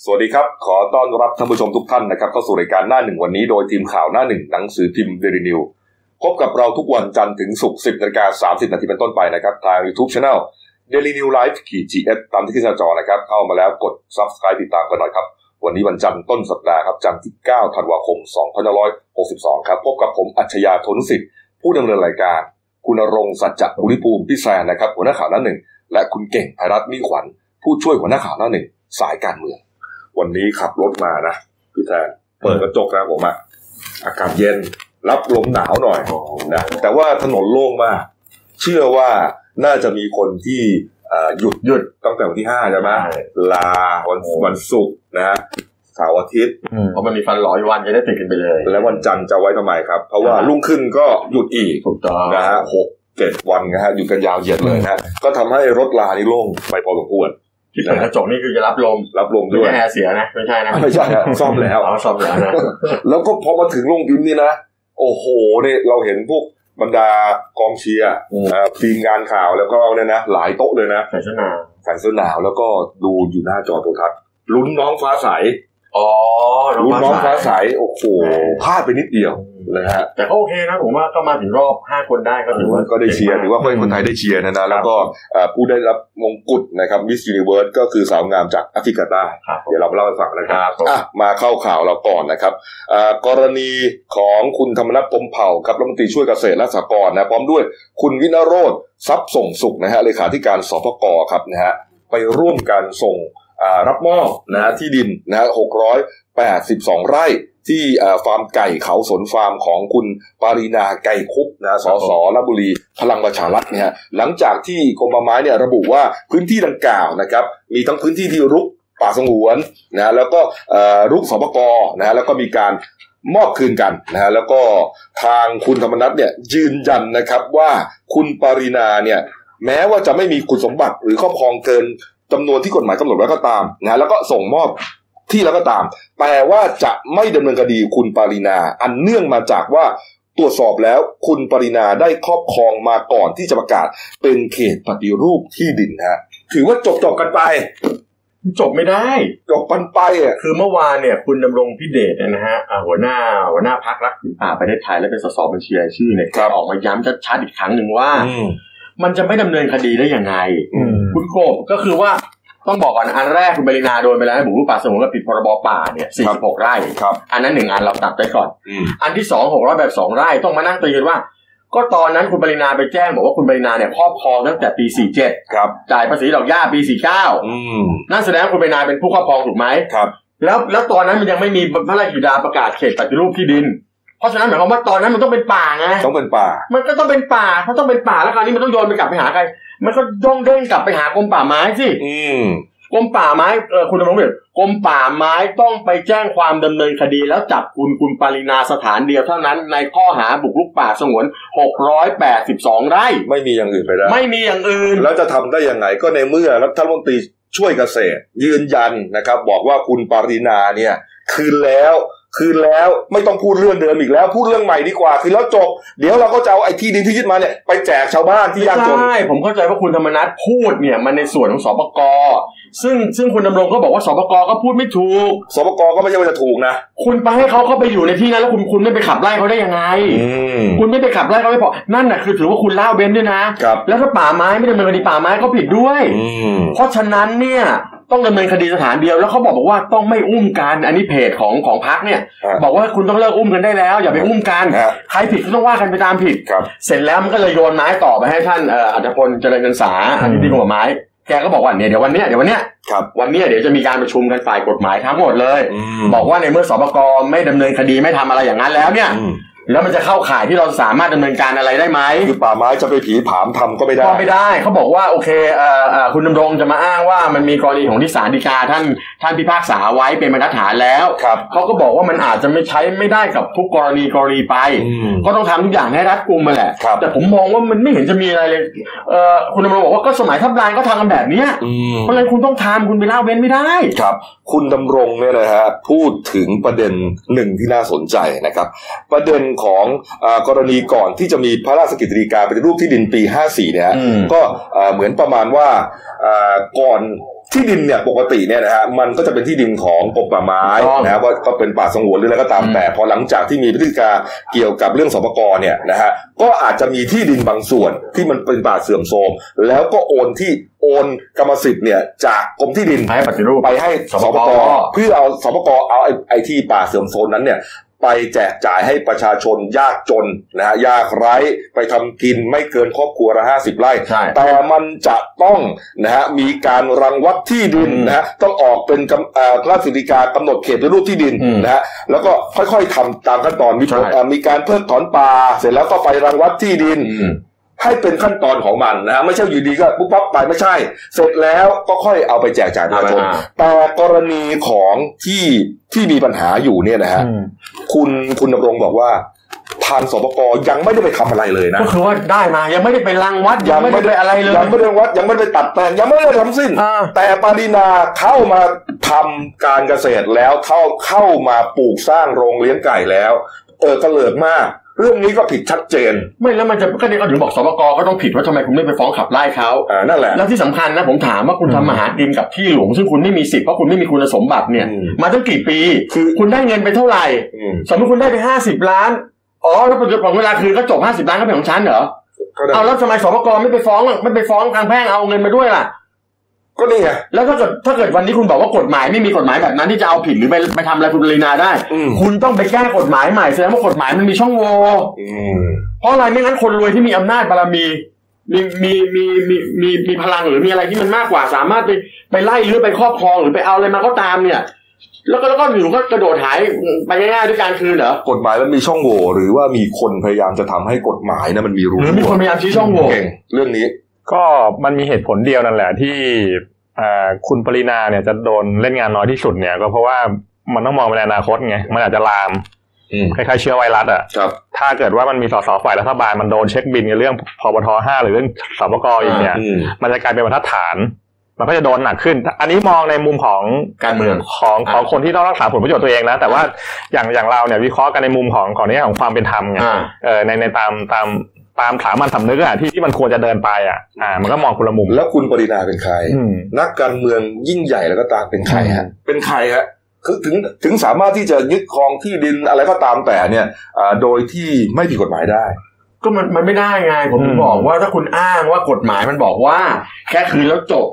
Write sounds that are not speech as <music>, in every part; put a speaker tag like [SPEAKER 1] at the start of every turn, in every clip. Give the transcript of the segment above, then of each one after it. [SPEAKER 1] สวัสดีครับ ขอต้อนรับท่านผู้ชมทุกท่านนะครับเข้าสู่รายการหน้าหนึ่งวันนี้โดยทีมข่าวหน้าหนึ่งหนังสือพิมพ์เดลินิวพบกับเราทุกวันจันทร์ถึงศุกร์10นาฬิกา30นาทีเป็นต้นไปนะครับทาง YouTube Channel Daily New Life ขีด GS ตามที่ขึ้นหน้าจอนะครับ เข้ามาแล้วกด Subscribe ติดตามกันหน่อยครับ วันนี้วันจันทร์ต้นสัปดาห์ครับจันทร์ที่ 9 ธันวาคม 2562 ครับ พบกับผมอัจฉริยะธนสิทธิ์ผู้ดำเนินรายการ คุณรงค์สัจจภูริภูมิพี่แซนนะครับหัวหน้าข่าวหน้าหนึ่งและคุณเก่งไพรัตน์มิ่งขวัญผู้ช่วยหัวหน้าข่าวหน้าหนึ่งสายการเมือง วันนี้ขับรถมานะพี่แทนเปิดกระจกนะผมอะอากาศเย็นรับลมหนาวหน่อยนะแต่ว่าถนนโล่งมาก เชื่อว่าน่าจะมีคนที่เอ่อหยุดหยุดตั้งแต่วันที่ห้าใช่ไหม
[SPEAKER 2] ใช่
[SPEAKER 1] ลาวันวันศุกร์นะฮะเสาร์อาทิตย์
[SPEAKER 2] เพราะมันมีฟันร้อยวันจะได้ติดกันไปเลย
[SPEAKER 1] และวันจันทร์จะไว้ทำไมครับ เพราะว่า
[SPEAKER 2] อ่า
[SPEAKER 1] รุ่งขึ้นก็หยุดอีก
[SPEAKER 2] ถูกต้อง
[SPEAKER 1] นะฮะหกเจ็ดวันนะฮะหยุดกันยาวเหยียดเลยนะฮะก็ทำให้รถลานี่โล่งไปพอสมควร
[SPEAKER 2] ที่เปิดกระจกนี่คือจะรับลม
[SPEAKER 1] รับลม
[SPEAKER 2] ไม่
[SPEAKER 1] ด้วย
[SPEAKER 2] ใช่แอร์เสียนะ ไม่ใช่นะ
[SPEAKER 1] ไม่ใช่ฮะซ่อมแล้ว
[SPEAKER 2] เอาซ่อมแล้วนะ
[SPEAKER 1] แล้วก็พอมาถึงโรงพิมพ์นี่นะ โอ้โหเนี่ยเราเห็นพวกบรรดากองเชียร์อ่าทีมงานข่าวแล้วก็เนี่ยนะหลายโต๊ะเลยนะ
[SPEAKER 2] ใส่เสื้อหนาว
[SPEAKER 1] ใส่เสื้อหนาวแล้วก็ดูอยู่หน้าจอโทรทัศน์ลุ้นน้องฟ้าใส
[SPEAKER 2] อ๋อ
[SPEAKER 1] ลุ้นน้องฟ้า
[SPEAKER 2] ส
[SPEAKER 1] ใส
[SPEAKER 2] ย
[SPEAKER 1] โอ้โห
[SPEAKER 2] แหม
[SPEAKER 1] พลาดไปนิดเดียวนะฮะ
[SPEAKER 2] แต่ก็โอเคนะผมว่าก็มาถึงรอบห้าคนได้ก็ถือว่า
[SPEAKER 1] ก็ได้เชียร์หรือว่าเพื่อนคนไทยได้เชียร์นะนะแล้วก็อ่าผู้ได้รับมงกุฎนะครับมิส s u นิเวิร์สก็คือสาวงามจากแอฟริกาใต้
[SPEAKER 2] ครับ
[SPEAKER 1] เดี๋ยวเรามาเล่าให้ฟังนะครับ
[SPEAKER 2] ครับผม
[SPEAKER 1] อ่ะมาเข้าข่าวเราก่อนนะครับอ่ากรณีของคุณธรรมนัฐพรหมเผ่าครับรัฐมนตรีช่วยเกษตรและสหกรณ์นะพร้อมด้วยคุณวินโรธทรัพย์ส่งสุขนะฮะเลขาธิการสพกครับนะฮะไปร่วมกันส่งอ่ารับมอบนะฮะที่ดินนะฮะหกร้อยแปดสิบสองไร่ที่อ่าฟาร์มไก่เขาสนฟาร์มของคุณปารีนาไก่คุบนะฮะสสลบบุรีพลังประชารัฐเนี่ยฮะหลังจากที่กรมป่าไม้เนี่ยระบุว่าพื้นที่ดังกล่าวนะครับมีทั้งพื้นที่ที่รุก ป่าสงวนนะฮะแล้วก็เอ่อรุกสปกนะฮะแล้วก็มีการมอบคืนกันนะฮะแล้วก็ทางคุณธรรมนัฐเนี่ยยืนยันนะครับว่าคุณปรินาเนี่ยแม้ว่าจะไม่มีคุณสมบัติหรือครอบครองเกินจำนวนที่กฎหมายกำหนดไว้ก็ตามนะฮะแล้วก็ส่งมอบที่แล้วก็ตาม แต่ว่าจะไม่ดำเนินคดีคุณปรินา อันเนื่องมาจากว่าตรวจสอบแล้วคุณปรินาได้ครอบครองมาก่อนที่จะประกาศเป็นเขตปฏิรูปที่ดินนะฮะถือว่าจบจบๆกันไป
[SPEAKER 2] จบไม่ได้
[SPEAKER 1] จบกันไปอ่ะ
[SPEAKER 2] คือเมื่อวานเนี่ยคุณดำรงพิเดชเนี่ยนะฮะอ่าหัวหน้าหัวหน้าพักรักผืนป่าประเทศไทยและเป็นสสบัญชีรายชื่อเนี่ย
[SPEAKER 1] ครับ
[SPEAKER 2] ออกมาย้ำชัดๆอีกครั้งหนึ่งว่า
[SPEAKER 1] อืม
[SPEAKER 2] มันจะไม่ดำเนินคดีได้ยังไง
[SPEAKER 1] อืม
[SPEAKER 2] คุณโกบก็คือว่าต้องบอกก่อนอันแรกคุณปรินาโดนไปแล้วให้บุกรุกป่าสงวนและผิดพรบป่าเนี่ย46 ไร่
[SPEAKER 1] ครับ
[SPEAKER 2] อันนั้นหนึ่งอันเราตัดไปก่อน
[SPEAKER 1] อืม
[SPEAKER 2] อันที่สองหกร้อยแบบสองไร่ต้องมานั่งตีกันว่า ก็ตอนนั้นคุณปรินาไปแจ้งบอกว่าคุณปรินาเนี่ยครอบครองตั้งแต่ปี 47
[SPEAKER 1] ครับ
[SPEAKER 2] จ่ายภาษีดอกหญ้าปี
[SPEAKER 1] อืม
[SPEAKER 2] 49 นั่นแสดงว่าคุณปรินาเป็นผู้ครอบครองถูกไหม
[SPEAKER 1] ครับ
[SPEAKER 2] แล้วแล้วตอนนั้นมันยังไม่มีพระราชบิดาประกาศเขตปฏิรูปที่ดิน เพราะฉะนั้นหมายความว่าตอนนั้นมันต้องเป็นป่าไง
[SPEAKER 1] ต้องเป็นป่า
[SPEAKER 2] มันก็ต้องเป็นป่าเพราะต้องเป็นป่าแล้วคราวนี้มันต้องโยนไปกลับไปหาใคร มันก็ต้องเด้งกลับไปหากรมป่าไม้สิ
[SPEAKER 1] อืม
[SPEAKER 2] กรมป่าไม้เออคุณดำรงเดชกรมป่าไม้ต้องไปแจ้งความดำเนินคดีแล้วจับคุณคุณปรินาสถานเดียวเท่านั้นในข้อหาบุกรุกป่าสงวน 682 ไร่
[SPEAKER 1] ไม่มีอย่างอื่นไปได้
[SPEAKER 2] ไม่มีอย่างอื่น
[SPEAKER 1] แล้วจะทำได้ยังไง ก็ในเมื่อรัฐมนตรีช่วยเกษตร ยืนยันนะครับ บอกว่าคุณปรินาเนี่ย คืนแล้ว คืนแล้ว ไม่ต้องพูดเรื่องเดิมอีกแล้ว พูดเรื่องใหม่ดีกว่า คือแล้วจบ เดี๋ยวเราก็จะเอาไอ้ที่ดินที่ยึดมาเนี่ย ไปแจกชาวบ้านที่ยากจน
[SPEAKER 2] ใช่ผมเข้าใจว่าคุณธรรมนัฐพูดเนี่ยมันในส่วนของสปกซึ่งซึ่งคุณดำรงก็บอกว่าสปกก็พูดไม่ถูก
[SPEAKER 1] สปกก็ไม่ใช่ว่าจะถูกนะ
[SPEAKER 2] คุณไปให้เขาเข้าไปอยู่ในที่นั้นแล้วคุณคุณไม่ไปขับไล่เขาได้ยังไง
[SPEAKER 1] อืม
[SPEAKER 2] คุณไม่ไปขับไล่เขาไม่พอนั่นน่ะคือถือว่าคุณล่าเว้นด้วยนะ
[SPEAKER 1] ครับ
[SPEAKER 2] แล้วถ้าป่าไม้ไม่ดำเนินคดีป่าไม้ก็ผิดด้วย
[SPEAKER 1] อืม
[SPEAKER 2] เพราะฉะนั้นเนี่ยต้องดำเนินคดีสถานเดียวแล้วเขาบอกบอกว่าต้องไม่อุ้มกันอันนี้เพจของของพักเนี่ย
[SPEAKER 1] ครับ
[SPEAKER 2] บอกว่าคุณต้องเลิกอุ้มกันได้แล้ว อย่าไปอุ้มกัน
[SPEAKER 1] ฮะ
[SPEAKER 2] ใครผิดก็ต้องว่ากันไปตามผิด
[SPEAKER 1] ครับ
[SPEAKER 2] เสร็จแล้วมันก็เลยโยนไม้ต่อไปให้ท่านเอ่ออัจพลเจริญเงินสาอันนี้ดีกว่าไม้ แกก็บอกว่าเนี่ยเดี๋ยววันเนี้ยเดี๋ยววันเนี้ย
[SPEAKER 1] ครับ
[SPEAKER 2] วันเนี้ยเดี๋ยวจะมีการประชุมกันฝ่ายกฎหมายทั้งหมดเลย
[SPEAKER 1] อืม
[SPEAKER 2] บอกว่าในเมื่อสปกไม่ดำเนินคดีไม่ทำอะไรอย่างนั้นแล้วเนี่ย
[SPEAKER 1] อืม
[SPEAKER 2] แล้วมันจะเข้าข่ายที่เราสามารถดำเนินการอะไรได้ไหม
[SPEAKER 1] คือป่าไม้จะไปผีผามทำก็ไม่ได้
[SPEAKER 2] ก็ไม่ได้เขาบอกว่าโอเคเอ่อเอ่อคุณดำรงจะมาอ้างว่ามันมีกรณีของที่ศาลฎีกาท่านท่านพิพากษาไว้เป็นบรรทัดฐานแล้ว
[SPEAKER 1] ครับ
[SPEAKER 2] เขาก็บอกว่ามันอาจจะไม่ใช้ไม่ได้กับทุกกรณีกรณีไป
[SPEAKER 1] อืม
[SPEAKER 2] ก็ต้องทำทุกอย่างให้รัดกุมมาแหละ
[SPEAKER 1] ครับ
[SPEAKER 2] แต่ผมมองว่ามันไม่เห็นจะมีอะไรเลยเอ่อคุณดำรงบอกว่าก็สมัยทับลายก็ทำกันแบบเนี้ย
[SPEAKER 1] อืม
[SPEAKER 2] เพราะฉะนั้นคุณต้องทำคุณไปล่าเว้นไม่ได้
[SPEAKER 1] ครับคุณดำรงเนี่ยนะฮะพูดถึงประเด็นหนึ่งที่น่าสนใจนะครับ ประเด็นของอากรณีก่อนที่จะมีพระราชกิจฎีกาปฏิรูปที่ดินปี 54เนี่ยฮะ
[SPEAKER 2] อืม
[SPEAKER 1] ก็อ่าเหมือนประมาณว่าอ่าก่อน ที่ดินเนี่ยปกติเนี่ยนะฮะมันก็จะเป็นที่ดินของกรมป่าไม้
[SPEAKER 2] ถูกต้อง
[SPEAKER 1] นะฮะว่าก็เป็นป่าสงวนหรืออะไรก็ตาม
[SPEAKER 3] อืม
[SPEAKER 1] แต่พอหลังจากที่มีพฤติการเกี่ยวกับเรื่องสปกรเนี่ยนะฮะก็อาจจะมีที่ดินบางส่วนที่มันเป็นป่าเสื่อมโทรมแล้วก็โอนที่โอนกรรมสิทธิ์เนี่ยจากกรมที่ดิน
[SPEAKER 3] ให้ปฏิรูป
[SPEAKER 1] ไปให้สป
[SPEAKER 3] สป
[SPEAKER 1] ก
[SPEAKER 3] ก
[SPEAKER 1] เพื่อเอาสปกเอาไอ้ไอที่ป่าเสื่อมโทรมนั้นเนี่ย ไปแจกจ่ายให้ประชาชนยากจนนะฮะยากไร้ไปทำกินไม่เกินครอบครัวละห้าสิบไร่
[SPEAKER 3] ใช่
[SPEAKER 1] แต่มันจะต้องนะฮะมีการรังวัดที่ดิน
[SPEAKER 3] อืม
[SPEAKER 1] นะฮะต้องออกเป็นกำเอ่อราชสิริกากำหนดเขตปฏิรูปที่ดิน
[SPEAKER 3] อืม
[SPEAKER 1] นะฮะแล้วก็ค่อยๆทำตามขั้นตอนมี
[SPEAKER 3] ใช่
[SPEAKER 1] เอ่อมีการเพิกถอนป่าเสร็จแล้วก็ไปรังวัดที่ดิน
[SPEAKER 3] อืม
[SPEAKER 1] ให้เป็นขั้นตอนของมันนะฮะไม่ใช่อยู่ดีก็ปุ๊บปั๊บไปไม่ใช่ เสร็จแล้วก็ค่อยเอาไปแจกจ่ายประชาชน
[SPEAKER 3] อ่า
[SPEAKER 1] แต่กรณีของที่ที่มีปัญหาอยู่เนี่ยนะฮะ
[SPEAKER 3] อืม
[SPEAKER 1] คุณคุณดำรงบอกว่าทางสปกยังไม่ได้ไปทำอะไรเลยนะ
[SPEAKER 2] ก็คือว่าได้มายังไม่ได้ไปรังวัดยังไม่ได้ไปอะไรเลย
[SPEAKER 1] ยังไม่ได้วัดยังไม่ได้ตัดแต่งยังไม่ได้ทำสิ้น
[SPEAKER 3] อ่า
[SPEAKER 1] แต่ปารินาเข้ามาทำการเกษตรแล้วเข้าเข้ามาปลูกสร้างโรงเลี้ยงไก่แล้ว เออเตลิดมาก เรื่องนี้ก็ผิดชัดเจน
[SPEAKER 2] ไม่แล้วมันจะก็เนี่ยก็ถึงบอกสปกก็ต้องผิดว่าทำไมคุณไม่ไปฟ้องขับไล่เขา
[SPEAKER 1] อ่านั่นแหละ
[SPEAKER 2] แล้วที่สำคัญนะผมถามว่าคุณ
[SPEAKER 3] อืม
[SPEAKER 2] ทำมาหากินกับที่หลวงซึ่งคุณไม่มีสิทธิ์เพราะคุณไม่มีคุณสมบัติเนี่ย
[SPEAKER 1] อืม
[SPEAKER 2] มาตั้งกี่ปี
[SPEAKER 1] คือ
[SPEAKER 2] คุณได้เงินไปเท่าไหร่
[SPEAKER 1] อืม
[SPEAKER 2] สมมติคุณได้ไปห้าสิบล้านอ๋อแล้วปัจจุบันเวลาคืนก็จบห้าสิบล้านก็เป็นของฉันเหรอ
[SPEAKER 1] ก็ได้
[SPEAKER 2] เอาแล้วทำไมสปกไม่ไปฟ้องล่ะไม่ไปฟ้องทางแพ่งเอาเงินมาด้วยล่ะ
[SPEAKER 1] ก็นี่ไง
[SPEAKER 2] แล้วถ้าเกิดถ้าเกิดวันนี้คุณบอกว่ากฎหมายไม่มีกฎหมายแบบนั้นที่จะเอาผิดหรือไปไปทำอะไรคุณปรินาได้
[SPEAKER 1] อืม
[SPEAKER 2] คุณต้องไปแก้กฎหมายใหม่แสดงว่ากฎหมายมันมีช่องโหว่
[SPEAKER 1] อืม
[SPEAKER 2] เพราะอะไรไม่งั้นคนรวยที่มีอำนาจบารมีมีมีมีมีมีมีพลังหรือมีอะไรที่มันมากกว่า สามารถไปไปไล่หรือไปครอบครองหรือไปเอาอะไรมาก็ตามเนี่ย แล้วก็แล้วก็อยู่ก็กระโดดหายไปง่ายๆด้วยการคืนเหรอก
[SPEAKER 1] ฎหมายมันมีช่องโหว่หรือว่ามีคนพยายามจะทำให้กฎหมายนะมันมีรู
[SPEAKER 2] หรือมี
[SPEAKER 1] รั่
[SPEAKER 2] ค
[SPEAKER 1] วน
[SPEAKER 2] พยายามชี้ช่องโหว่
[SPEAKER 1] เก่งเรื่องนี้
[SPEAKER 4] ก็มันมีเหตุผลเดียวนั่นแหละที่เอ่อคุณปรินาเนี่ยจะโดนเล่นงานน้อยที่สุดเนี่ยก็เพราะว่ามันต้องมองไปในอนาคตไงมันอาจจะลาม
[SPEAKER 1] อืม
[SPEAKER 4] คล้ายๆเชื้อไวรัสอ่ะ
[SPEAKER 1] ครับ
[SPEAKER 4] ถ้าเกิดว่ามันมีสสฝ่ายรัฐบาลมันโดนเช็คบินกับเรื่องพบทห้าหรือเรื่องสบกอีกเนี่ย
[SPEAKER 1] อืม
[SPEAKER 4] มันจะกลายเป็นบรรทัดฐาน มันก็จะโดนหนักขึ้น อันนี้มองในมุมของ
[SPEAKER 2] การเมือง
[SPEAKER 4] ของของคนที่ต้องรักษาผลประโยชน์ตัวเองนะ แต่ว่าอย่างอย่างเราเนี่ยวิเคราะห์กันในมุมของของนี้ของความเป็นธรรมไง
[SPEAKER 2] อ่า
[SPEAKER 4] เออในในตามตามตามสามัญสำนึกอะที่ที่มันควรจะเดินไปอะอ่า มันก็มองคนละมุม
[SPEAKER 1] แล้วคุณปรินาเป็นใคร
[SPEAKER 4] อืม
[SPEAKER 1] นักการเมืองยิ่งใหญ่แล้วก็ตามเป็นใคร
[SPEAKER 4] ใช่
[SPEAKER 1] ฮะเป็นใครฮะคือถึงถึงสามารถที่จะยึดครองที่ดินอะไรก็ตามแต่เนี่ยอ่าโดยที่ไม่ผิดกฎหมายได้
[SPEAKER 2] ก็มันมันไม่ได้ไงผมถึง
[SPEAKER 4] อืม
[SPEAKER 2] บอกว่าถ้าคุณอ้างว่ากฎหมายมันบอกว่า แค่คืนแล้วจบ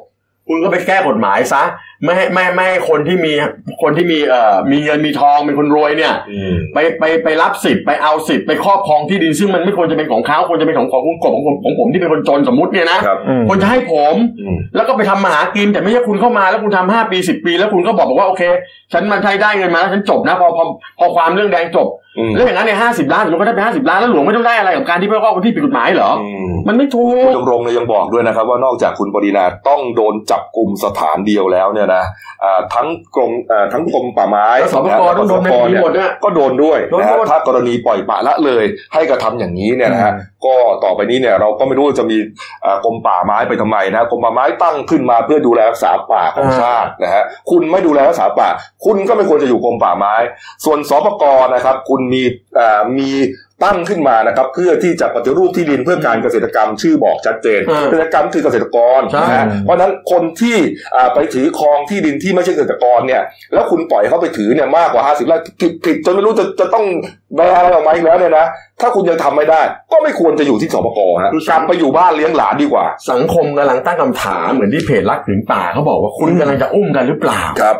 [SPEAKER 2] คุณก็ไปแก้กฎหมายซะไม่ให้ไม่ไม่ให้คนที่มีคนที่มีเอ่อมีเงินมีทองเป็นคนรวยเนี่ย
[SPEAKER 1] อืม
[SPEAKER 2] ไปไปไปรับสิทธิ์ไปเอาสิทธิ์ไปครอบครองที่ดินซึ่งมันไม่ควรจะเป็นของเขาควรจะเป็นของของคุณกบของผมของผมที่เป็นคนจนสมมติเนี่ยนะครับ
[SPEAKER 4] อืม
[SPEAKER 2] ควรจะให้ผม
[SPEAKER 1] อืม
[SPEAKER 2] แล้วก็ไปทำมาหากินแต่ไม่ใช่คุณเข้ามาแล้วคุณทำห้าปีสิบปี แล้วคุณก็บอกบอกว่าโอเค ฉันมันใช้ได้เงินมาแล้วฉันจบนะพอพอพอความเรื่องแดงจบ
[SPEAKER 1] อืม
[SPEAKER 2] แล้วอย่างนั้นในห้าสิบล้านหลวงก็ได้ไปห้าสิบล้านแล้วหลวงไม่ต้องได้อะไรกับการที่ไปครอบครองที่ผิดกฎหมายเหรอ
[SPEAKER 1] อืม
[SPEAKER 2] มันไม่ถู
[SPEAKER 1] คุ
[SPEAKER 2] ก
[SPEAKER 1] ณดำรงเนี่ยยังบอกด้วยนะครับว่านอกจากคุณปรินาต้องโดนจับกลุ่มสถานเดียวแล้วเนี่ยนะอ่าทั้งกรมอ่าทั้งกรมป่าไม้
[SPEAKER 2] และสปก
[SPEAKER 1] ะฮะ
[SPEAKER 2] ต้องโดน
[SPEAKER 1] และสปก
[SPEAKER 2] ในนี้หมดเนี่ย
[SPEAKER 1] ก็โดนด้วย
[SPEAKER 2] โดน
[SPEAKER 1] นะ
[SPEAKER 2] ห
[SPEAKER 1] ฮะ
[SPEAKER 2] มด
[SPEAKER 1] ถ้ากรณีปล่อยปละละเลยให้กระทำอย่างนี้เนี่ยนะฮะก็ต่อไปนี้เนี่ยเราก็ไม่รู้ว่าจะมีอ่ากรมป่าไม้ไปทำไมนะกรมป่าไม้ตั้งขึ้นมาเพื่อดูแลรักษาป่าของชาตินะฮะคุณไม่ดูแลรักษาป่า คุณก็ไม่ควรจะอยู่กรมป่าไม้ ส่วนสปกนะครับ คุณมีอ่ามีตั้งขึ้นมานะครับ เพื่อที่จะปฏิรูปที่ดินเพื่อการเกษตรกรรมชื่อบอกชัดเจน
[SPEAKER 2] อ่า
[SPEAKER 1] เกษตรกรรมคือเกษตรกร
[SPEAKER 2] ใช่
[SPEAKER 1] นะฮะเพราะฉะนั้นคนที่อ่าไปถือครองที่ดินที่ไม่ใช่เกษตรกรเนี่ย แล้วคุณปล่อยเขาไปถือเนี่ยมากกว่าห้าสิบไร่ผิดผิดจนไม่รู้จะจะต้องแบนอะไรออกมาอีกแล้วเนี่ยนะ ถ้าคุณยังทำไม่ได้ ก็ไม่ควรจะอยู่ที่สปกฮะกลับไปอยู่บ้านเลี้ยงหลานดีกว่า
[SPEAKER 2] สังคมกำลังตั้งคำถามเหมือนที่เพจรักถึงป่าเขาบอกว่าคุณกำลังจะอุ้มกันหรือเปล่า
[SPEAKER 1] ครับ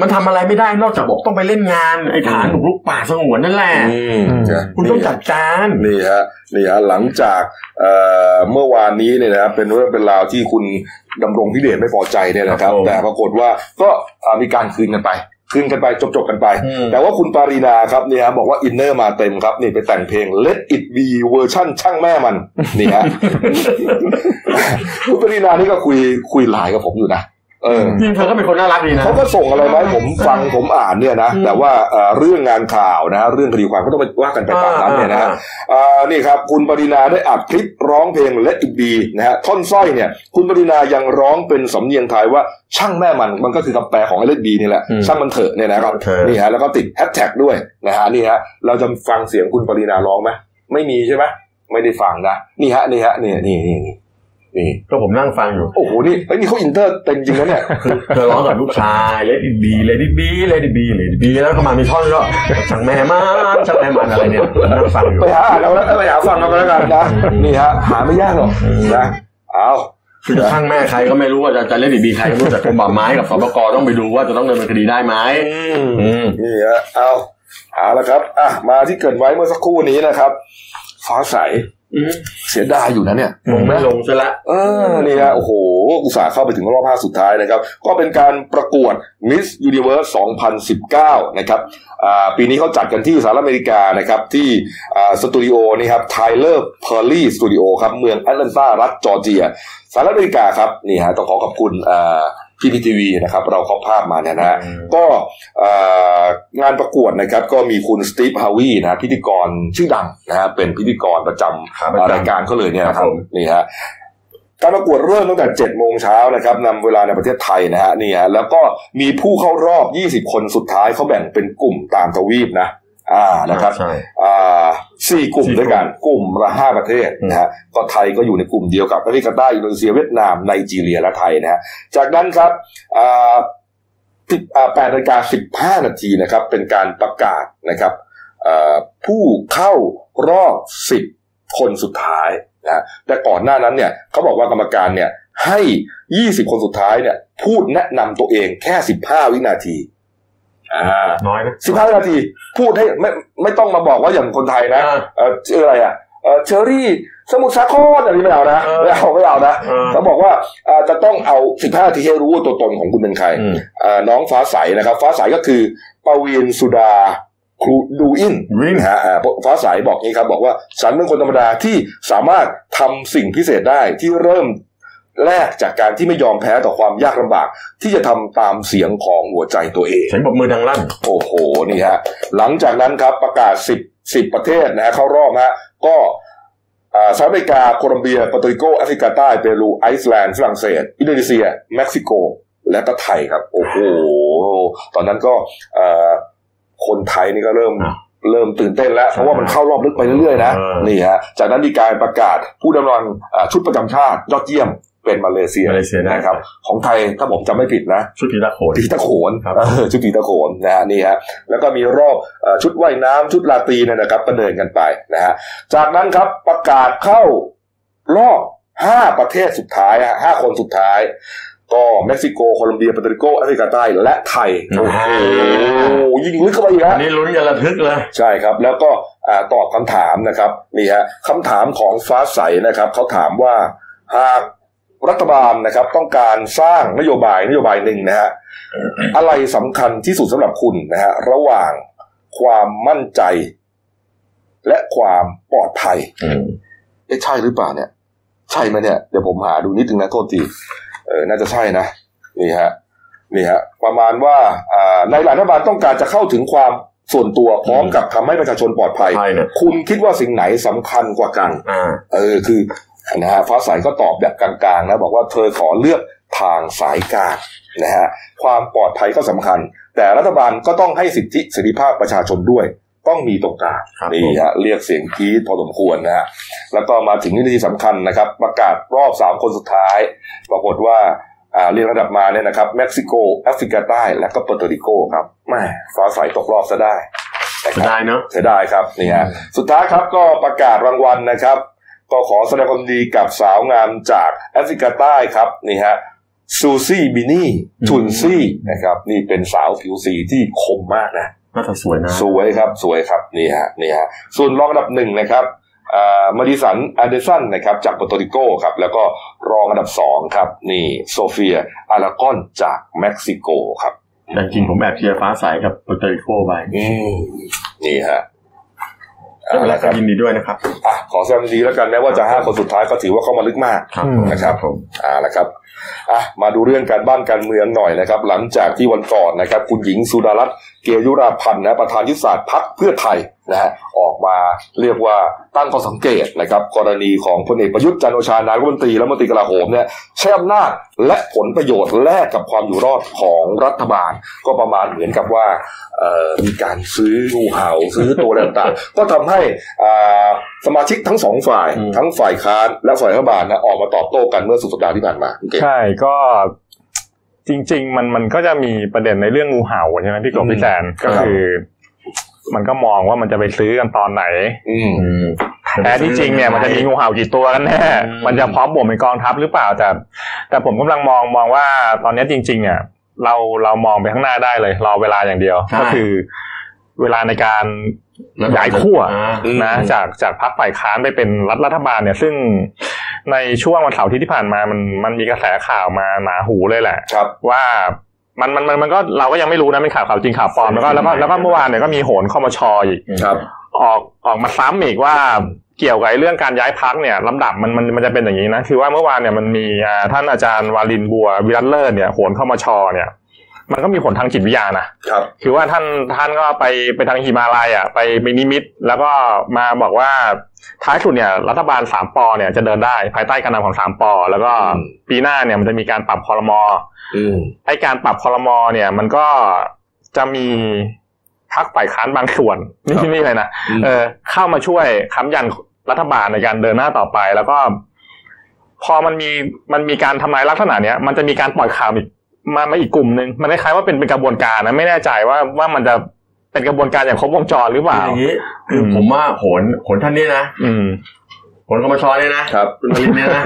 [SPEAKER 2] มันทำอะไรไม่ได้นอกจากบอกต้องไปเล่นงานไอ้ฐานบุกรุกป่าสงวนนั่นแหละ
[SPEAKER 1] อืมนะ
[SPEAKER 2] คุณต้องจัดการ
[SPEAKER 1] นี่ฮะนี่ฮะหลังจากเอ่อเมื่อวานนี้เนี่ยนะเป็นเรื่องเป็นราวที่คุณดำรงพิเดชไม่พอใจเนี่ยนะครับ แต่ปรากฏว่าก็อ่ามีการคืนกันไป คืนกันไปจบจบๆกันไป
[SPEAKER 2] อืม
[SPEAKER 1] แต่ว่าคุณปารีนาครับเนี่ยฮะบอกว่าอินเนอร์มาเต็มครับ นี่ไปแต่งเพลง Let It Be เวอร์ชั่นช่างแม่มัน นี่
[SPEAKER 2] <laughs>
[SPEAKER 1] ฮะ คุณปารีนานี่ก็คุยคุยไลน์กับผมอยู่นะเออ
[SPEAKER 2] จริงเธอก็เป็นคนน่ารักดีนะ
[SPEAKER 1] เขาก็ส่งอะไรมาให้ผมฟังผมอ่านเนี่ยนะ
[SPEAKER 2] อืม
[SPEAKER 1] แต่ว่าเอ่อเรื่องงานข่าวนะ เรื่องคดีความก็ต้องไปว่ากันไปตามนั้นเนี่ยนะฮะ อ่านี่ครับคุณปรินาได้อัดคลิปร้องเพลงและอีกดีนะฮะท่อนสร้อยเนี่ย คุณปรินายังร้องเป็นสำเนียงไทยว่าช่างแม่มันมันก็คือคำแปลของไอ้เล็ดดีนี่แหละ
[SPEAKER 4] อืม
[SPEAKER 1] ช่างมันเถอะเนี่ยนะครับ
[SPEAKER 2] โอเค
[SPEAKER 1] นี่ฮะแล้วก็ติดแฮชแท็กด้วยนะฮะนี่ฮะเราจะฟังเสียงคุณปรินาร้องไหมไม่มีใช่ไหมไม่ได้ฟังนะนี่ฮะนี่ฮะนี่นี่นี่ นี่
[SPEAKER 2] ก็ผมนั่งฟังอยู่
[SPEAKER 1] โอ้โหนี่ไอ้ยนี่เขาอินเตอร์เต็มจริงนะเนี่ย
[SPEAKER 2] คือเธอร้องกับลูกชายเลดี้บีเลดี้บีเลดี้บีเลดี้บีแล้วก็มามีท่อนก็ช่างแม่มันช่างแม่มันอะไรเนี่ยผมนั่งฟังอยู่
[SPEAKER 1] ไปหาอ่านเอาแล้วไปหาฟังเอาก็แล้วกันนะนี่ฮะหาไม่ยากหรอกนะเอา
[SPEAKER 2] คือจะช่างแม่ใครก็ไม่รู้ว่าจะจะเล่นดีบีใครก็ไม่รู้แต่กรมป่าไม้กับสปกต้องไปดูว่าจะต้องดำเนินคดีได้ไหมอืม
[SPEAKER 1] นี่ฮะเอาเอาละครับอ่ะมาที่เกริดไว้เมื่อสักครู่นี้นะครับฟ้าใสเสียดายอยู่นะเนี่ย
[SPEAKER 2] ลงไม่ลงซะละ
[SPEAKER 1] เออนี่ฮะโอ้โห อุตส่าห์เข้าไปถึงรอบห้าสุดท้ายนะครับ ก็เป็นการประกวด Miss Universe 2019 นะครับอ่าปีนี้เขาจัดกันที่สหรัฐอเมริกานะครับ ที่อ่าสตูดิโอนี่ครับ Tyler Perry Studio ครับ เมืองแอตแลนตารัฐจอร์เจียสหรัฐอเมริกาครับ นี่ฮะต้องขอขอบคุณอ่าพีพีทีวีนะครับ เราครอบภาพมาเนี่ยนะฮะ ก็เอ่องานประกวดนะครับก็มีคุณสตีฟฮาวีนะฮะพิธีกรชื่อดังนะฮะเป็นพิธีกรประจ
[SPEAKER 2] ครับ
[SPEAKER 1] ำรายการเขาเลยเนี่ยนะค
[SPEAKER 2] ครั
[SPEAKER 1] รับบ
[SPEAKER 2] ผม
[SPEAKER 1] นี่ฮะการประกวดเริ่มตั้งแต่7โมงเช้านะครับนำเวลาในประเทศไทยนะฮะนี่ฮะแล้วก็มีผู้เข้ารอบ 20 คนสุดท้ายเขาแบ่งเป็นกลุ่มตามทวีปนะอ่านะครับ
[SPEAKER 2] ใช่
[SPEAKER 1] อ่าสี่กลุ่ม
[SPEAKER 2] สี่
[SPEAKER 1] ด้วยกันกลุ่มละห้าประเทศนะฮะก็ไทยก็อยู่ในกลุ่มเดียวกับแอฟริกาใต้อินโดนีเซียเวียดนามไนจีเรียและไทยนะฮะจากนั้นครับอ่าสิบอ่าแปดนาฬิกาสิบห้านาทีนะครับ เป็นการประกาศนะครับอ่าผู้เข้ารอบสิบคนสุดท้ายนะฮะแต่ก่อนหน้านั้นเนี่ยเขาบอกว่ากรรมการเนี่ยให้ยี่สิบคนสุดท้ายเนี่ยพูดแนะนำตัวเองแค่สิบห้าวินาทีอ่า
[SPEAKER 2] น้อยนะ
[SPEAKER 1] สิบห้านาที พูดให้ไม่ไม่ต้องมาบอกว่าอย่างคนไทยนะเออชื่ออะไรอ่ะเออเชอรี่สมุทรสาครอะไรไม่เอานะไม่เอาไม่เอานะ
[SPEAKER 2] เออ
[SPEAKER 1] เขาบอกว่าเอ่อจะต้องเอาสิบห้านาทีให้รู้ว่าตัวตนของคุณเป็นใคร
[SPEAKER 2] อืม
[SPEAKER 1] เอ่อน้องฟ้าใสนะครับ ฟ้าใสก็คือปวีณสุดาครูดูอิน
[SPEAKER 2] Green
[SPEAKER 1] นะฮะอ่าฟ้าใสบอกนี้ครับ บอกว่าฉันเป็นคนธรรมดาที่สามารถทำสิ่งพิเศษได้ที่เริ่มแรกจากการที่ไม่ยอมแพ้ต่อความยากลำบาก ที่จะทำตามเสียงของหัวใจตัวเอง
[SPEAKER 2] เสียงปรบมือดังลั่น
[SPEAKER 1] โอ้โห นี่ฮะ หลังจากนั้นครับประกาศ 10 10 ประเทศนะฮะเข้ารอบฮะ ก็อ่าสหรัฐอเมริกา โคลอมเบียปาตริโกแอฟริกาใต้ เปรู ไอซ์แลนด์ ฝรั่งเศส อินโดนีเซีย เม็กซิโก และก็ไทยครับ โอ้โห ตอนนั้นก็อ่าคนไทยนี่ก็เริ่ม
[SPEAKER 2] อ่ะ
[SPEAKER 1] เริ่มตื่นเต้นแล้ว เพราะว่ามันเข้ารอบลึกไปเรื่อยๆนะ
[SPEAKER 2] เออ
[SPEAKER 1] นี่ฮะ จากนั้นมีการประกาศผู้ดำรงอ่าชุดประจำชาติยอดเยี่ยมเป็นมาเลเซีย
[SPEAKER 2] มาเลเซียได้
[SPEAKER 1] นะครับ ของไทยถ้าผมจำไม่ผิดนะ
[SPEAKER 2] ชุดกีฬาโขน
[SPEAKER 1] ผีตะโขน
[SPEAKER 2] ครับ
[SPEAKER 1] เออชุดผีตะโขนนะฮะนี่ฮะแล้วก็มีรอบเอ่อชุดว่ายน้ำชุดลาตรีเนี่ยนะครับก็เดินกันไปนะฮะจากนั้นครับประกาศเข้ารอบห้าประเทศสุดท้ายฮะห้าคนสุดท้าย ก็เม็กซิโกโคลอมเบียปาตริโกแอฟริกาใต้และไทยโอ้โหยิงลึกเข้าไปอีก
[SPEAKER 2] อั
[SPEAKER 1] ฮะ
[SPEAKER 2] นนี้ลุ้นกันระทึกเลย
[SPEAKER 1] ใช่ครับแล้วก็อ่าตอบคำถามนะครับนี่ฮะคำถามของฟ้าใสนะครับเขาถามว่าหากรัฐบาลนะครับต้องการสร้างนโยบายนโยบายหนึ่งนะฮะอะไรสำคัญที่สุดสำหรับคุณนะฮะระหว่างความมั่นใจ และความปลอดภัย
[SPEAKER 2] อืม
[SPEAKER 1] เอ๊ะใช่หรือเปล่าเนี่ย ใช่ไหมเนี่ยเดี๋ยวผมหาดูนิดนึงนะโทษทีเออน่าจะใช่นะนี่ฮะ นี่ฮะประมาณว่าอ่าในหลายรัฐบาลต้องการจะเข้าถึงความส่วนตัวพร้อมกับทำให้ประชาชนปลอดภัย
[SPEAKER 2] ไทยเนี่ย
[SPEAKER 1] คุณคิดว่าสิ่งไหนสำคัญกว่ากัน
[SPEAKER 2] อ่า
[SPEAKER 1] เออคือนะฮะฟ้าใสก็ตอบแบบกลางๆนะบอกว่าเธอขอเลือกทางสายกลางนะฮะความปลอดภัยก็สำคัญ แต่รัฐบาลก็ต้องให้สิทธิเสรีภาพประชาชนด้วย ต้องมีตรงกลาง
[SPEAKER 2] ครับ
[SPEAKER 1] นี่ฮะเรียกเสียงกรี๊ดพอสมควรนะฮะแล้วก็มาถึงวินาทีสำคัญนะครับ ประกาศรอบ 3 คนสุดท้าย ปรากฏว่าอ่าเรียงระดับมาเนี่ยนะครับเม็กซิโกแอฟริกาใต้และก็เปอร์โตริโกครับแม่ฟ้าใสตกรอบซะได้นะครั
[SPEAKER 2] ะ
[SPEAKER 1] บ
[SPEAKER 2] ได้เนาะ
[SPEAKER 1] เสียดายครับนี่ฮะสุดท้ายครับก็ประกาศรางวัลนะครับ ก็ขอแสดงความดีกับสาวงามจากแอฟริกาใต้ครับนี่ฮะซูซี่บินี่
[SPEAKER 2] อืม
[SPEAKER 1] ทุนซี่นะครับ นี่เป็นสาวผิวสีที่คมมากนะ
[SPEAKER 2] น่าจะสวยนะ
[SPEAKER 1] สวยครับสวยครับนี่ฮะนี่ฮะส่วนรองอันดับหนึ่งนะครับอ่ามาดิสันอันเดอร์สันนะครับจากปอร์โตริโกครับแล้วก็รองอันดับสองครับนี่โซเฟียอารากอนจากเม็กซิโกครับ
[SPEAKER 2] แต่จริงผมแอบเชียร์ฟ้าใสกับเปอร์โตริโกไป
[SPEAKER 1] อืมนี่ฮะ
[SPEAKER 2] แล้ว
[SPEAKER 1] เอาละค
[SPEAKER 2] ก็
[SPEAKER 1] รับ
[SPEAKER 2] ยินดีด้วยนะครับ
[SPEAKER 1] อ่ะขอแสดงความยินดีแล้วกันแม้ว่าจะห้าคนสุดท้ายก็ถือว่าเข้ามาลึกมาก
[SPEAKER 2] ครับ
[SPEAKER 4] อืม
[SPEAKER 1] นะครับผม อ่านะครับอ่ะมาดูเรื่องการบ้านการเมืองหน่อยนะครับ หลังจากที่วันก่อนนะครับ คุณหญิงสุดารัตน์เกยุราพันธ์นะประธานยุทธศาสตร์พักเพื่อไทย นะฮะออกมาเรียกว่าตั้งข้อสังเกตนะครับ กรณีของพลเอกประยุทธ์จันทร์โอชานายกรัฐมนตรีและรัฐมนตรีกลาโหมเนี่ยใช้อำนาจและผลประโยชน์แลกกับความอยู่รอดของรัฐบาล ก็ประมาณเหมือนกับว่าเอ่อมีการซื้องูเห่าซื้อตัวอะไรต่างๆ ก็ทำให้อ่าสมาชิกทั้งสองฝ่าย
[SPEAKER 4] อืม
[SPEAKER 1] ทั้งฝ่ายค้านและฝ่ายรัฐบาลนะออกมาตอบโต้กันเมื่อสุดสัปดาห์ที่ผ่านมาคุณเก่ง
[SPEAKER 4] ใช่ก็จริง ๆ มันมันก็จะมีประเด็นในเรื่องงูเห่าใช่ไหมพี่กบ
[SPEAKER 1] อืม
[SPEAKER 4] พี่แจน
[SPEAKER 1] ครั
[SPEAKER 4] ก็
[SPEAKER 1] บ
[SPEAKER 4] คือ มันก็มองว่ามันจะไปซื้อกันตอนไหน
[SPEAKER 1] อืม
[SPEAKER 4] แต่ที่จริงเนี่ยมันจะมีงูเห่ากี่ตัวกันแน่
[SPEAKER 1] อืม
[SPEAKER 4] มันจะพร้อมบ่มเป็นกองทัพหรือเปล่าแต่แต่ผมกำลังมองมองว่าตอนเนี้ยจริง ๆ เนี่ย เราเรามองไปข้างหน้าได้เลย รอเวลาอย่างเดียว
[SPEAKER 2] ใช่
[SPEAKER 4] ก็คือ เวลาในการ ย้ายขั้ว
[SPEAKER 2] อ่า
[SPEAKER 4] นะ
[SPEAKER 1] อืม
[SPEAKER 4] จากจากพรรคฝ่ายค้านไปเป็นรัฐรัฐบาลเนี่ย ซึ่งในช่วงวันเสาร์อาทตย์ที่ผ่านมามันมันมีกระแสข่าวมาหนาหูเลยแหละ
[SPEAKER 1] ครับ
[SPEAKER 4] ว่ามันมันมันมันก็เราก็ยังไม่รู้นะเป็นข่าวข่าวจริงข่าวปลอมแล้วก็แล้วก็แล้วก็เมื่อวานเนี่ยก็มีโหนข้อมชอีก
[SPEAKER 1] ครับ
[SPEAKER 4] ออกออกมาซ้ำอีกว่าเกี่ยวกับไอ้เรื่องการย้ายพักเนี่ยลำดับมันมันมันจะเป็นอย่างนี้นะคือว่าเมื่อวานเนี่ยมันมีอ่าท่านอาจารย์วาลินบัววิรัตเลิศเนี่ยโหนข้อมชเนี่ย มันก็มีผลทางจิตวิทยานะ
[SPEAKER 1] ครับ
[SPEAKER 4] คือว่าท่านท่านก็ไปไปทางหิมาลัยอ่ะไปไปนิมิต แล้วก็มาบอกว่าท้ายสุดเนี่ยรัฐบาลสามปอเนี่ยจะเดินได้ภายใต้การนำของสามปอแล้วก็
[SPEAKER 1] อืม
[SPEAKER 4] ปีหน้าเนี่ยมันจะมีการปรับคอรมอ
[SPEAKER 1] อืม
[SPEAKER 4] ไอการปรับคอรมอเนี่ยมันก็จะมีพักฝ่ายค้านบางส่วนนี่
[SPEAKER 1] ครับ
[SPEAKER 4] นี่เลยนะ
[SPEAKER 1] อืม
[SPEAKER 4] เออเข้ามาช่วยค้ำยันรัฐบาลในการเดินหน้าต่อไป แล้วก็ พอมันมีมันมีการทำลายลักษณะเนี้ยมันจะมีการปล่อยข่าวอีก มามาอีกกลุ่มหนึ่งมันคล้ายๆว่าเป็นเป็นกระบวนการนะไม่แน่ใจว่าว่ามันจะเป็นกระบวนการอย่างครบวงจรหรือเป
[SPEAKER 2] คือ
[SPEAKER 4] ล่า
[SPEAKER 2] อย่างนี้คืออ
[SPEAKER 4] ม
[SPEAKER 2] ผมว่าโหนโหนท่านเนี่ยนะ
[SPEAKER 4] อืม
[SPEAKER 2] โหนกมชเนี่ยนะครับ คุณนรินทร์เนี่ยนะ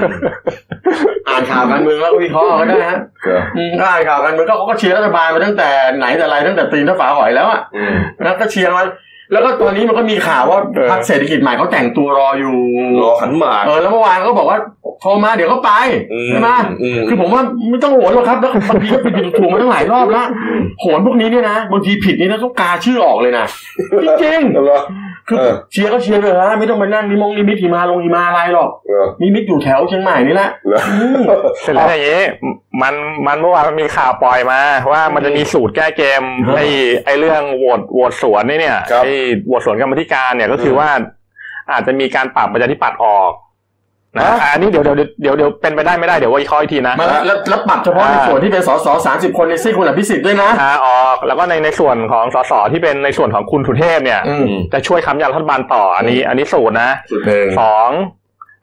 [SPEAKER 4] <laughs>
[SPEAKER 2] อ่านข่าวการเมืองแล้วก็วิเคราะห์เอาก็ได้ฮะ
[SPEAKER 1] ครับ
[SPEAKER 2] อืมก็อ่านข่าวการเมืองก็เขาก็เชียร์รัฐบาลมาตั้งแต่ไหนแต่ไรตั้งแต่ตีนเท้าฝาหอยแล้วอ่ะ
[SPEAKER 1] อืม
[SPEAKER 2] นะก็เชียร์มาแล้วก็ตอนนี้มันก็มีข่าวว่า
[SPEAKER 4] เออ
[SPEAKER 2] พรรคเศรษฐกิจใหม่เขาแต่งตัวรออยู่
[SPEAKER 1] รอขันหมาก
[SPEAKER 2] เออแล้วเมื่อวานก็บอกว่าโทรมาเดี๋ยวก็ไปใช่ไหม
[SPEAKER 1] อืม
[SPEAKER 2] คือผมว่าไม่ต้องโหนหรอกครับแล้วบางทีก็ผิดถูกมาตั้งหลายรอบแล้วโหนพวกนี้เนี่ยนะบางทีผิดนี่นะต้องกาชื่อออกเลยนะจริงๆ
[SPEAKER 1] เหรอ
[SPEAKER 2] คือ
[SPEAKER 1] เออ
[SPEAKER 2] เชียร์ก็เชียร์เลยนะไม่ต้องไปนั่งนิมงนิมิตหิมาลงหิมาอะไรหรอก
[SPEAKER 1] เออ
[SPEAKER 2] นิมิตอยู่แถวเชียงใหม่นี่แหละ
[SPEAKER 1] เหรอ
[SPEAKER 2] อืม
[SPEAKER 4] เสร็จแล้วอย่างนี้มันมันเมื่อวานมันมีข่าวปล่อยมา ว่ามันจะมีสูตรแก้เกมไอ้ไอ้เรื่องโหวตโหวตสวนนี่เนี่ย
[SPEAKER 1] ครับ
[SPEAKER 4] ไอ้โหวตสวนกรรมธิการเนี่ยก็คือว่า อาจจะมีการปรับประชาธิปัตย์ออกนะ
[SPEAKER 1] ฮะ
[SPEAKER 4] อ่ะอันนี้เดี๋ยวเดี๋ยวเดี๋ยวเดี๋ยวเป็นไปได้ไม่ได้เดี๋ยววิเคราะห์อีกทีนะ
[SPEAKER 2] มาแล้วแล้วแล้วปรับเฉพาะใน
[SPEAKER 4] อ่า
[SPEAKER 2] ส่วนที่เป็นสสสามสิบคนในซีกคุณอภิสิทธิ์ด้วยนะ
[SPEAKER 4] อ่าออกแล้วก็ในในส่วนของสสที่เป็นในส่วนของคุณสุเทพเนี่ย
[SPEAKER 2] อืม
[SPEAKER 4] จะช่วยค้ำยันรัฐบาลต่ออันนี้ อันนี้สูตรนะ
[SPEAKER 2] สุดหนึ่ง
[SPEAKER 4] สอง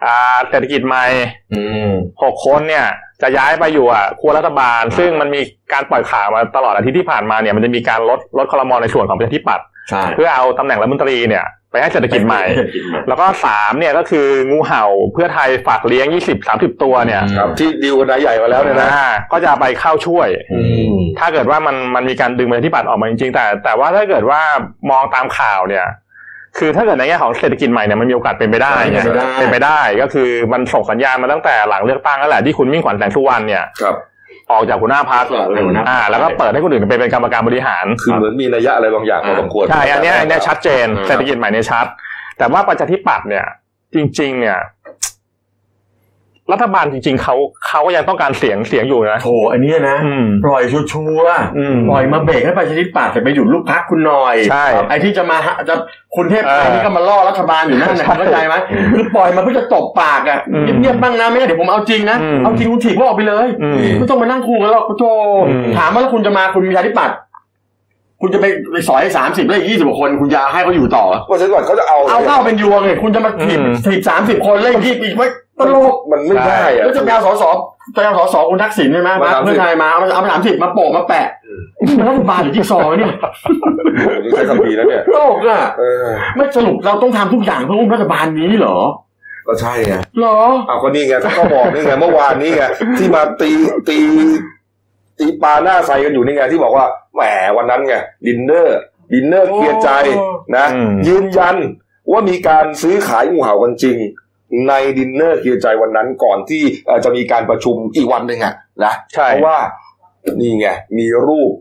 [SPEAKER 4] อ่าเศรษฐกิจใหม่
[SPEAKER 2] อืม
[SPEAKER 4] หกคนเนี่ย จะย้ายไปอยู่อ่ะครัวรัฐบาล ซึ่งมันมีการปล่อยข่าวมาตลอดอาทิตย์ที่ผ่านมาเนี่ยมันจะมีการลดลดคอรมอในส่วนของประชาธิปัตย์
[SPEAKER 2] ใช่
[SPEAKER 4] เพื่อเอาตำแหน่งรัฐมนตรีเนี่ย ไปให้เศรษฐกิจใหม่
[SPEAKER 2] เศรษฐกิจใหม่
[SPEAKER 4] แล้วก็สามเนี่ยก็คืองูเห่าเพื่อไทยฝากเลี้ยงยี่สิบสามสิบตัวเนี่ย
[SPEAKER 1] ครับที่ดีลกันนายใหญ่มาแล้วเนี่ยนะ
[SPEAKER 4] อ่าก็จะไปเข้าช่วย ถ้าเกิดว่ามันมันมีการดึงประชาธิปัตย์ออกมาจริงๆแต่ แต่ว่าถ้าเกิดว่ามองตามข่าวเนี่ย คือถ้าเกิดในแง่ของเศรษฐกิจใหม่เนี่ยมันมีโอกาสเป็นไปได้ไง
[SPEAKER 2] เป็นไปได้
[SPEAKER 4] เป็นไปได้ก็คือมันส่งสัญญาณมาตั้งแต่หลังเลือกตั้งแล้วแหละที่คุณมิ่งขวัญแสงสุวรรณเนี่ย
[SPEAKER 1] ครับ
[SPEAKER 4] ออกจากหัวหน้าพัก
[SPEAKER 2] เร็วนะ
[SPEAKER 4] อ่า แล้วก็เปิดให้คนอื่นไปเป็นกรรมการบริหาร
[SPEAKER 1] คือเหมือนมีนัยยะอะไรบางอย่างพอสมควร
[SPEAKER 4] ใช่ อันเนี้ยอันเนี้ยชัดเจน
[SPEAKER 1] อืม
[SPEAKER 4] เศรษฐกิจใหม่เนี่ยชัด แต่ว่าประชาธิปัตย์เนี่ย จริง ๆ เนี่ย รัฐบาลจริง ๆเขาเขาก็ยังต้องการเสียงเสียงอยู่นะ
[SPEAKER 2] โถอันเนี้ยนะ
[SPEAKER 4] อืม
[SPEAKER 2] ปล่อยชัวร์ๆ
[SPEAKER 4] อืม
[SPEAKER 2] ปล่อยมาเบรกให้ประชาธิปัตย์แต่ไปหยุดลูกพักคุณหน่อย
[SPEAKER 4] ใช่
[SPEAKER 2] ไอ้ที่จะมาหาจะคุณเทพไท
[SPEAKER 4] เอ
[SPEAKER 2] ย
[SPEAKER 4] อ
[SPEAKER 2] นี่ก็มาล่อรัฐบาลอยู่นั่นนะเข้าใจไหมคือปล่อยมาเพื่อจะตบปากอ่ะ
[SPEAKER 4] อืม
[SPEAKER 2] เงียบๆบ้างนะแม่งั้นเดี๋ยวผมเอาจริงนะ
[SPEAKER 4] อืม
[SPEAKER 2] เอาจริงคุณถีบก็ออกไปเลย
[SPEAKER 4] อืม
[SPEAKER 2] ไม่ต้องมานั่งคุยกันหรอกคุณโจ
[SPEAKER 4] อืม
[SPEAKER 2] ถามว่าแล้วคุณจะมาคุณมีประชาธิปัตย์คุณจะไปไปสอยสามสิบแล้วอีกยี่สิบคนคุณจะให้เขาอยู่ต่อ
[SPEAKER 1] ว่าฉันก่อนเขาจะเอา
[SPEAKER 2] เอาเข้าเป็นยวงเลยคุณจะมาถีบถีบสามสิบคนแล้วยี่อีกไม่ตลก
[SPEAKER 1] มันไม่ได้อะ
[SPEAKER 2] แล้วจะไปเอาสอสอจะเอาสอสอคุณทักษิณใช่ไหมมา
[SPEAKER 1] มา30
[SPEAKER 2] เพื่อไทยมาเอามาเอาสามสิบมาโปะมาแปะมันรัฐบาลหรือจิ๊กซอว์วะเนี่ย
[SPEAKER 1] ผมใช้คำดีแล้วเนี่ย
[SPEAKER 2] โลกอ่ะ
[SPEAKER 1] เออ
[SPEAKER 2] ไม่สรุปเราต้องทำทุกอย่างเพื่ออุ้มรัฐบาลนี้เหรอ
[SPEAKER 1] ก็ใช่ไง
[SPEAKER 2] เหรอ
[SPEAKER 1] เอาก็นี่ไงก็บอกนี่ไงเมื่อวานนี่ไงที่มาตีตีตีปลาหน้าใสกันอยู่นี่ไงที่บอกว่าแหมวันนั้นไงดินเนอร์ดินเนอร์เคลียร์ใจนะ
[SPEAKER 4] อืม
[SPEAKER 1] ยืนยันว่ามีการซื้อขายงูเห่ากันจริง ในดินเนอร์เคลียร์ใจวันนั้นก่อนที่เอ่อจะมีการประชุมอีกวันหนึ่งอะนะ
[SPEAKER 4] ใช่
[SPEAKER 1] เพราะว่านี่ไง มีรูป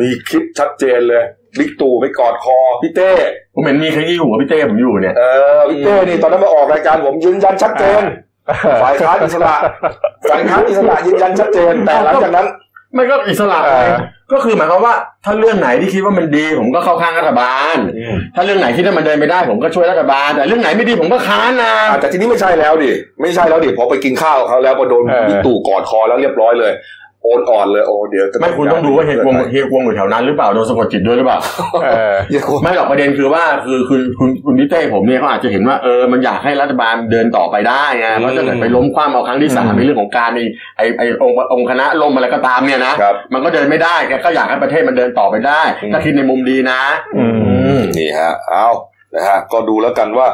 [SPEAKER 1] มีคลิปชัดเจนเลยบิ๊กตู่ไปกอดคอพี่เต้
[SPEAKER 2] ผมเห็นมีใครยี่หัวพี่เต้ผมอยู่เนี่ย
[SPEAKER 1] เออพี่เต้นี่ตอนนั้นมาออกรายการผมยืนยันชัดเจน ฝ่ายค้านอิสระฝ่ายค้านอิสระยืนยันชัดเจน แต่หลังจากนั้น
[SPEAKER 2] ไม่ก็อิสระ
[SPEAKER 4] เออ
[SPEAKER 2] ไงก็คือหมายความว่า ถ้าเรื่องไหนที่คิดว่ามันดี ผมก็เข้าข้างรัฐบาล ถ้าเรื่องไหนคิดว่ามันเดินไม่ได้ ผมก็ช่วยรัฐบาล แต่เรื่องไหนไม่ดีผมก็ค้านนะ
[SPEAKER 1] อ่ะแต่ทีนี้ไม่ใช่แล้วดิไม่ใช่แล้วดิพอไปกินข้าวกับเขาแล้วพอโดน
[SPEAKER 4] เออ
[SPEAKER 1] บิ๊กตู่กอดคอแล้วเรียบร้อยเลย โอนอ่อนเลยโอ้เดี๋ยวจะ
[SPEAKER 2] ไม่คุณต้องดูว่าเฮกวงเฮกวงอยู่แถวนั้นหรือเปล่าโดนสะกดจิตด้วยหรือเปล่า
[SPEAKER 4] เออ
[SPEAKER 1] เฮียกวง
[SPEAKER 2] ไม่หรอกประเด็นคือว่าคือคุณคุณคุณนิเต้ผมเนี่ยเขาอาจจะเห็นว่าเออมันอยากให้รัฐบาลเดินต่อไปได้ไงเพราะถ้าเกิดไปล้มคว่ำเอาครั้งที่สาม
[SPEAKER 4] อืม
[SPEAKER 2] ในเรื่องของการไอ้ไอ้ไอ้องค์องค์คณะล้มอะไรก็ตามเนี่ยนะครับ มันก็เดินไม่ได้แกก็อยากให้ประเทศมันเดินต่อไปได้ ถ้าคิดในมุมดีนะ
[SPEAKER 4] อืม
[SPEAKER 1] นี่ฮะเอานะฮะก็ดูแล้วกันว่า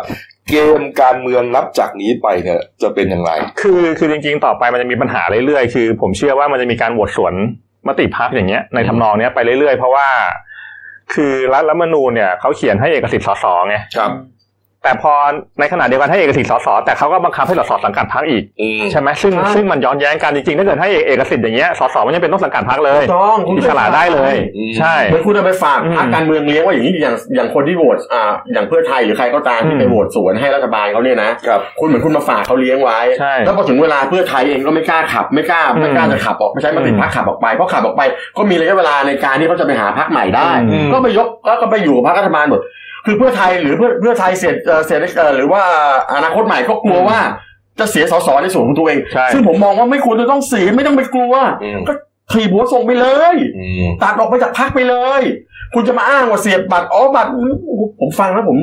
[SPEAKER 1] เกมการเมืองนับจากนี้ไปเนี่ยจะเป็นอย่างไร
[SPEAKER 4] คือคือจริงๆ ต่อไปมันจะมีปัญหาเรื่อยๆ คือ ผมเชื่อว่ามันจะมีการโหวตสวนมติพักอย่างเงี้ยในทำนองเนี้ยไปเรื่อยๆ เพราะว่า คือรัฐรัฐธรรมนูญเนี่ยเขาเขียนให้เอกสิทธิ์สสไง
[SPEAKER 1] ครับ
[SPEAKER 4] แต่พอในขณะเดียวกันให้เอกสิทธิ์สสแต่เขาก็บังคับให้สสสังกัดพักอีก
[SPEAKER 1] อืม
[SPEAKER 4] ใช่ไหมซึ่ง
[SPEAKER 5] ครับ
[SPEAKER 4] ซึ่งมันย้อนแย้งกันจริงๆถ้าเกิดให้เอกสิทธิ์อย่างเงี้ยสสมันยังเป็นต้องสังกัดพักเลย
[SPEAKER 2] ต้องคุณ
[SPEAKER 4] อิสระได้เลย ใช่
[SPEAKER 2] เหมือนคุณเอาไปฝาก
[SPEAKER 4] อืม
[SPEAKER 2] พรรคการเมืองเลี้ยงไว่าอย่างนี้อย่างอย่างคนที่โหวตอ่าอย่างเพื่อไทยหรือใครก็ตามที่ไปโหวตสวนให้รัฐบาลเขาเนี่ยนะ
[SPEAKER 1] ครับ
[SPEAKER 2] คุณเหมือนคุณมาฝากเขาเลี้ยงไว้
[SPEAKER 4] ใช่
[SPEAKER 2] แล้วพอถึงเวลาเพื่อไทยเองก็ไม่กล้าขับ ไม่กล้า
[SPEAKER 4] อืม
[SPEAKER 2] ไม่กล้าจะขับออกไม่ใช่มาติดพักขับออกไป เพราะขับออกไปก็มีระยะเวลาในการที่เขาจะไปหาพักใหม่ได้
[SPEAKER 4] อืม
[SPEAKER 2] ก็ไปยกแล้วก็ไปอยู่กับพรรครัฐบาลหมด คือเพื่อไทยหรือเพื่อเพื่อไทยเสียเอ่อเสียเอ่อหรือว่าอนาคตใหม่ก็กลัวว่า จะเสียสสในส่วนของตัวเอง
[SPEAKER 4] ใช่
[SPEAKER 2] ซึ่งผมมองว่าไม่ควรจะต้องเสียไม่ต้องไปกลัว
[SPEAKER 1] อืม
[SPEAKER 2] ก็ถีบหัวส่งไปเลย
[SPEAKER 1] อืม
[SPEAKER 2] ตัดออกไปจากพักไปเลย คุณจะมาอ้างว่าเสียบบัตรอ๋อบัตรผมฟังแล้วผม